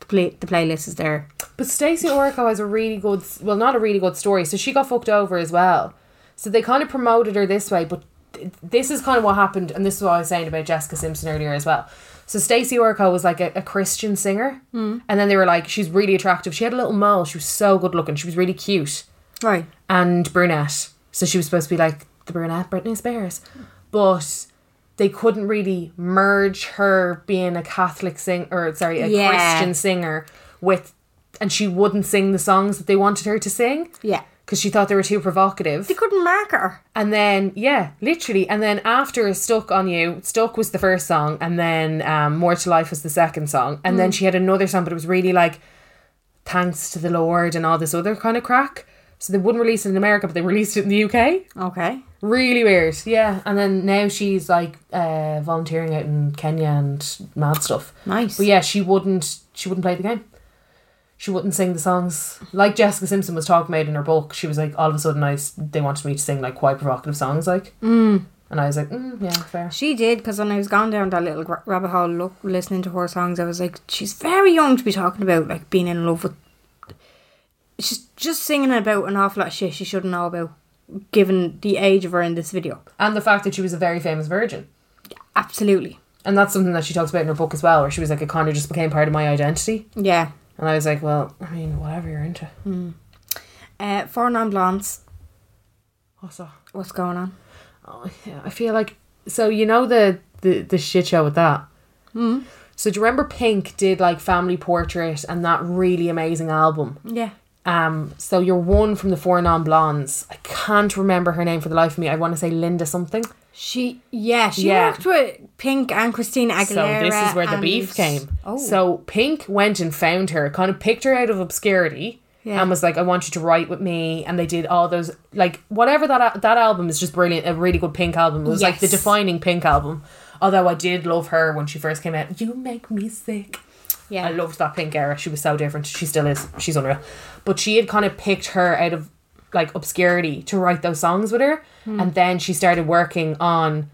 Speaker 2: the, play- the playlist is there.
Speaker 1: But Stacey Orico has a really good, well, not a really good story. So she got fucked over as well. So they kind of promoted her this way, but th- this is kind of what happened, and this is what I was saying about Jessica Simpson earlier as well. So Stacey Orico was like a, a Christian singer, and then they were like, she's really attractive. She had a little mole. She was so good looking. She was really cute
Speaker 2: Right.
Speaker 1: and brunette. So she was supposed to be like the brunette Britney Spears. But they couldn't really merge her being a Catholic singer, or sorry, a
Speaker 2: Yeah.
Speaker 1: Christian singer with, and she wouldn't sing the songs that they wanted her to sing.
Speaker 2: Yeah.
Speaker 1: Because she thought they were too provocative.
Speaker 2: They couldn't mark her.
Speaker 1: And then, yeah, literally. And then after Stuck on You, Stuck was the first song, and then um, More to Life was the second song. And then she had another song, but it was really like Thanks to the Lord and all this other kind of crack. So they wouldn't release it in America, but they released it in the UK.
Speaker 2: Okay.
Speaker 1: Really weird, yeah. And then now she's like uh, volunteering out in Kenya and mad stuff.
Speaker 2: Nice.
Speaker 1: But yeah, she wouldn't. She wouldn't play the game. She wouldn't sing the songs like Jessica Simpson was talking about in her book. She was like, all of a sudden, I s- they wanted me to sing like quite provocative songs, like. Mm. And I was like, mm, yeah, fair.
Speaker 2: She did because when I was gone down that little gra- rabbit hole, look, listening to her songs, I was like, she's very young to be talking about like being in love with. She's just singing about an awful lot of shit she shouldn't know about, given the age of her in this video.
Speaker 1: And the fact that she was a very famous virgin.
Speaker 2: Absolutely.
Speaker 1: And that's something that she talks about in her book as well, where she was like, it kind of just became part of my identity.
Speaker 2: Yeah.
Speaker 1: And I was like, well, I mean, whatever you're into.
Speaker 2: Uh, for non blondes,
Speaker 1: What's that?
Speaker 2: what's going on?
Speaker 1: Oh, yeah, I feel like so you know the the, the shit show with that. Mm. So do you remember Pink did like Family Portrait and that really amazing album?
Speaker 2: Yeah.
Speaker 1: Um, so you're one from the four non blondes. I can't remember her name for the life of me. I want to say Linda something.
Speaker 2: She, yeah, she
Speaker 1: Yeah.
Speaker 2: worked with Pink and Christina Aguilera.
Speaker 1: so this is where the
Speaker 2: and-
Speaker 1: beef came.
Speaker 2: Oh,
Speaker 1: So Pink went and found her, kind of picked her out of obscurity,
Speaker 2: Yeah.
Speaker 1: and was like, "I want you to write with me." And they did all those like whatever that al- that album is just brilliant. A really good Pink album. It was like the
Speaker 2: Yes.
Speaker 1: defining Pink album. Although I did love her when she first came out. You make me sick.
Speaker 2: yeah,
Speaker 1: I loved that pink era. She was so different. She still is. She's unreal. But she had kind of picked her out of like obscurity to write those songs with her,
Speaker 2: Hmm.
Speaker 1: and then she started working on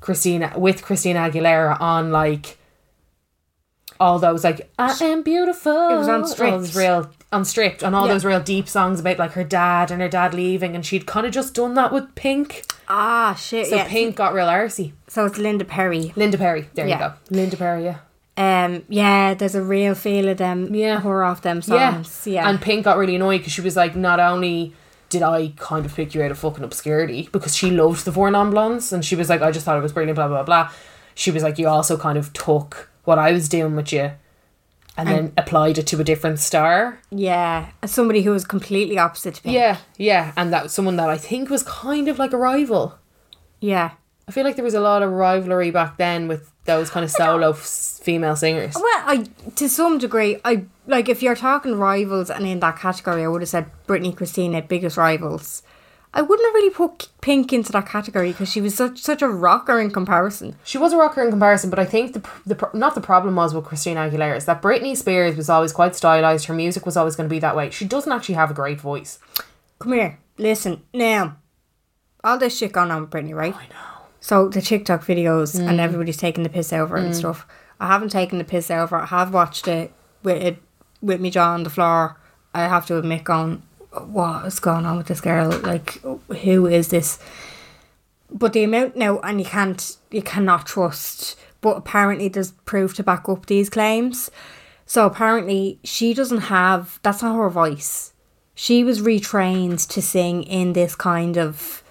Speaker 1: Christina with Christina Aguilera on like all those like I am beautiful. It
Speaker 2: was on
Speaker 1: All those
Speaker 2: Stripped.
Speaker 1: real on stripped on all
Speaker 2: Yeah.
Speaker 1: those real deep songs about like her dad and her dad leaving, and she'd kind of just done that with Pink.
Speaker 2: Ah, shit.
Speaker 1: So
Speaker 2: yeah.
Speaker 1: Pink got real arsey.
Speaker 2: So it's Linda Perry.
Speaker 1: Linda Perry. There
Speaker 2: Yeah.
Speaker 1: you go. Linda Perry. Yeah.
Speaker 2: Um, yeah, there's a real feel of them.
Speaker 1: Yeah.
Speaker 2: who are off them songs. Yeah,
Speaker 1: And Pink got really annoyed because she was like, not only did I kind of pick you out of fucking obscurity because she loved the four non blondes and she was like, I just thought it was brilliant, blah, blah, blah. She was like, you also kind of took what I was doing with you and then applied it to a different star.
Speaker 2: yeah, as somebody who was completely opposite to Pink.
Speaker 1: Yeah, yeah. And that was someone that I think was kind of like a rival.
Speaker 2: yeah.
Speaker 1: I feel like there was a lot of rivalry back then with those kind of solo f- female singers.
Speaker 2: Well, I to some degree, I like if you're talking rivals and in that category, I would have said Britney, Christina, biggest rivals. I wouldn't have really put Pink into that category because she was such such a rocker in comparison.
Speaker 1: She was a rocker in comparison, but I think the pr- the pr- not the problem was with Christina Aguilera is that Britney Spears was always quite stylized. Her music was always going to be that way. She doesn't actually have a great voice.
Speaker 2: Come here, listen now. All this shit going on with Britney, right? I know. Mm. So the TikTok videos and everybody's taking the piss over it and stuff. I haven't taken the piss over. it. I have watched it with it with me jaw on the floor. I have to admit, going, what is going on with this girl? Like, who is this? But the amount now, and you can't, you cannot trust. But apparently, there's proof to back up these claims. So apparently, she doesn't have. That's not her voice she was retrained to sing in this kind of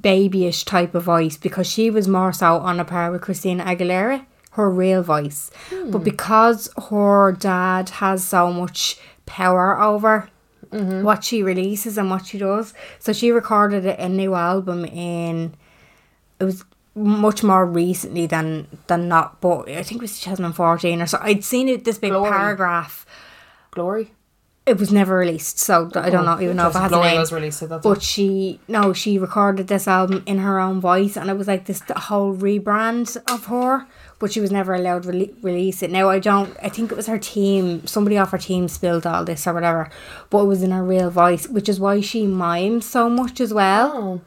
Speaker 2: babyish type of voice because she was more so on a par with Christina Aguilera, her real voice.
Speaker 1: Hmm.
Speaker 2: But because her dad has so much power over
Speaker 1: Mm-hmm.
Speaker 2: what she releases and what she does, so she recorded a a new album in it was much more recently than than not, but I think it was 2014 or so. I'd seen it this big
Speaker 1: Glory.
Speaker 2: paragraph
Speaker 1: Glory.
Speaker 2: it was never released, so I don't know even know if it
Speaker 1: Joseph
Speaker 2: has a
Speaker 1: Glory
Speaker 2: name.
Speaker 1: Oh, was released, so that's
Speaker 2: but she no, she recorded this album in her own voice, and it was like this whole rebrand of her. But she was never allowed to rele- release it. Now I don't. I think it was her team, somebody off her team spilled all this or whatever, but it was in her real voice, which is why she mimes so much as well,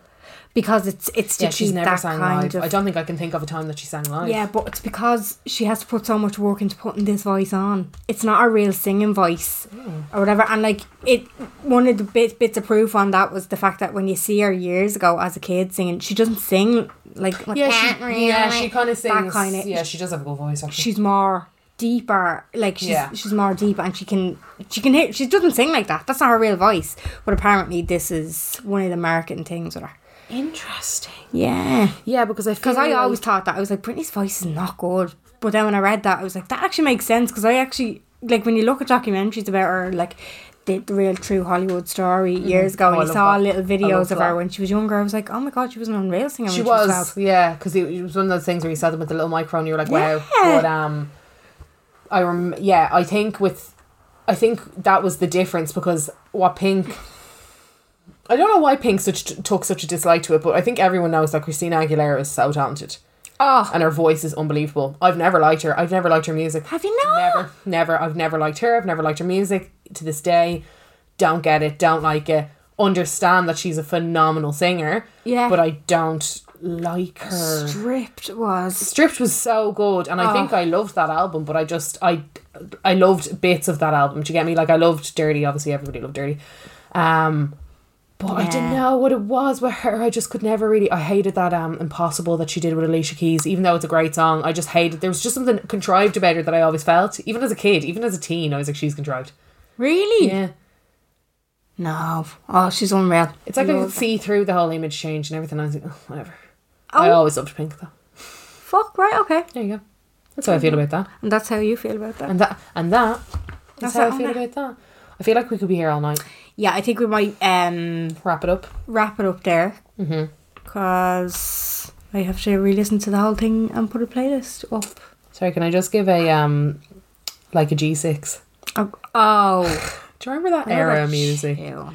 Speaker 2: because it's it's to
Speaker 1: Oh. Yeah, she's
Speaker 2: keep
Speaker 1: never
Speaker 2: that
Speaker 1: sang
Speaker 2: kind
Speaker 1: live.
Speaker 2: of
Speaker 1: I don't think I can think of a time that she sang live.
Speaker 2: yeah, but it's because she has to put so much work into putting this voice on. It's not a real singing voice
Speaker 1: Oh.
Speaker 2: or whatever. And like it, one of the bit, bits of proof on that was the fact that when you see her years ago as a kid singing, she doesn't sing like, like
Speaker 1: Yeah,
Speaker 2: that
Speaker 1: she, yeah,
Speaker 2: really,
Speaker 1: she kind of sings.
Speaker 2: that kind of.
Speaker 1: yeah, she does have a good voice. Actually.
Speaker 2: she's more deeper. Like she's
Speaker 1: Yeah.
Speaker 2: she's more deep, and she can she can hit. She doesn't sing like that. That's not her real voice. But apparently, this is one of the marketing things with her.
Speaker 1: interesting.
Speaker 2: Yeah.
Speaker 1: Yeah, because I feel
Speaker 2: Because I
Speaker 1: like-
Speaker 2: always thought that I was like Britney's voice is not good, but then when I read that, I was like, that actually makes sense. Because I actually like when you look at documentaries about her, like the, the real true Hollywood story years ago,
Speaker 1: Oh, I
Speaker 2: and you
Speaker 1: love
Speaker 2: saw
Speaker 1: that.
Speaker 2: little
Speaker 1: I
Speaker 2: videos
Speaker 1: love
Speaker 2: of
Speaker 1: that.
Speaker 2: her when she was younger. I was like, oh my god, she was an unreal singer.
Speaker 1: she
Speaker 2: when
Speaker 1: was,
Speaker 2: she was 12.
Speaker 1: yeah, because it, it was one of those things where you saw them with the little microphone, and you were like, wow.
Speaker 2: Yeah.
Speaker 1: But um, I rem- yeah, I think with, I think that was the difference because what Pink. I don't know why Pink such took such a dislike to it, but I think everyone knows that Christina Aguilera is so talented,
Speaker 2: Oh,
Speaker 1: and her voice is unbelievable. I've never liked her. I've never liked her music.
Speaker 2: Have you not?
Speaker 1: Never, never. I've never liked her. I've never liked her music to this day. Don't get it. Don't like it. Understand that she's a phenomenal singer.
Speaker 2: Yeah.
Speaker 1: But I don't like her.
Speaker 2: dripped was.
Speaker 1: Stripped was so good, and I think I loved that album. But I just I I loved bits of that album. Do you get me? Like I loved Dirty. Obviously, everybody loved Dirty. Um, But I didn't know what it was with her. I just could never really. I hated that um "Impossible" that she did with Alicia Keys, even though it's a great song. I just hated. There was just something contrived about her that I always felt, even as a kid, even as a teen. I was like, she's contrived.
Speaker 2: Really?
Speaker 1: Yeah,
Speaker 2: No. Oh, she's unreal.
Speaker 1: it's like I, could see through the whole image change and everything. I was like, oh, whatever. I always loved Pink though.
Speaker 2: Fuck, right, okay.
Speaker 1: There you go. That's how I feel about that.
Speaker 2: And that's how you feel about that.
Speaker 1: And that and that is
Speaker 2: That's
Speaker 1: how
Speaker 2: it,
Speaker 1: I feel
Speaker 2: Anna.
Speaker 1: about that. I feel like we could be here all night.
Speaker 2: yeah, I think we might um
Speaker 1: Wrap it up.
Speaker 2: wrap it up there.
Speaker 1: Mm-hmm.
Speaker 2: Because I have to re listen to the whole thing and put a playlist up.
Speaker 1: Sorry, can I just give a um like a G six?
Speaker 2: Oh, oh
Speaker 1: Do you remember that era music?
Speaker 2: Ew.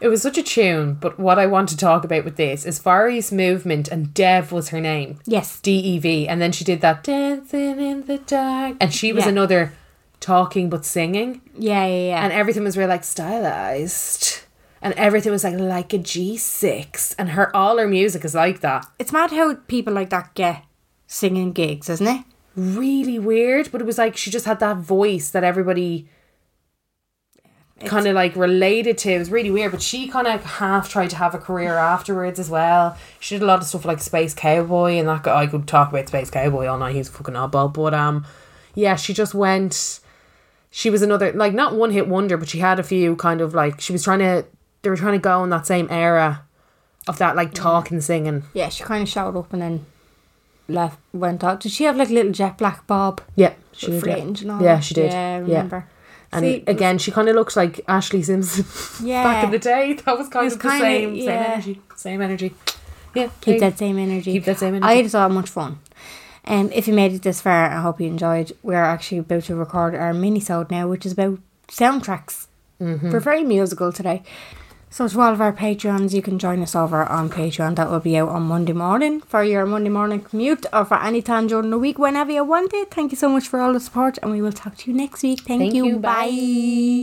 Speaker 1: It was such a tune, but what I want to talk about with this is Far East Movement and Dev was her name.
Speaker 2: Yes.
Speaker 1: D E V. And then she did that dancing in the dark. And she was
Speaker 2: Yeah.
Speaker 1: another talking but singing.
Speaker 2: Yeah, yeah, yeah.
Speaker 1: And everything was really like stylized. And everything was like like a G six. And her all her music is like that.
Speaker 2: it's mad how people like that get singing gigs, isn't it?
Speaker 1: Really weird, but it was like she just had that voice that everybody kind of like related to. It was really weird, but she kind of half tried to have a career afterwards as well. She did a lot of stuff like Space Cowboy and that. Guy, I could talk about Space Cowboy all night. He's a fucking oddball, but um, yeah, she just went. She was another like not one hit wonder, but she had a few kind of like she was trying to. They were trying to go in that same era of that like talk and singing.
Speaker 2: Yeah, she kind of shouted up and then left, went out. Did she have like little jet black bob?
Speaker 1: Yeah, she
Speaker 2: She
Speaker 1: did. yeah.
Speaker 2: fringe and all
Speaker 1: Yeah,
Speaker 2: that?
Speaker 1: she did.
Speaker 2: Yeah, I
Speaker 1: Yeah.
Speaker 2: remember.
Speaker 1: And
Speaker 2: See,
Speaker 1: again, she kind of looked like Ashley Simpson back in
Speaker 2: Yeah.
Speaker 1: the day. That was kind
Speaker 2: was
Speaker 1: of the
Speaker 2: kinda-
Speaker 1: same,
Speaker 2: yeah.
Speaker 1: same energy, same energy. Yeah,
Speaker 2: Keep
Speaker 1: there you
Speaker 2: that same energy.
Speaker 1: Keep that same energy.
Speaker 2: I had so much fun. Um, if you made it this far, I hope you enjoyed. We're actually about to record our mini-sode now, which is about soundtracks.
Speaker 1: Mm-hmm.
Speaker 2: We're very musical today. So to all of our Patreons, you can join us over on Patreon. That will be out on Monday morning for your Monday morning commute or for any time during the week, whenever you want it. Thank you so much for all the support and we will talk to you next week. Thank,
Speaker 1: Thank
Speaker 2: you.
Speaker 1: you.
Speaker 2: Bye.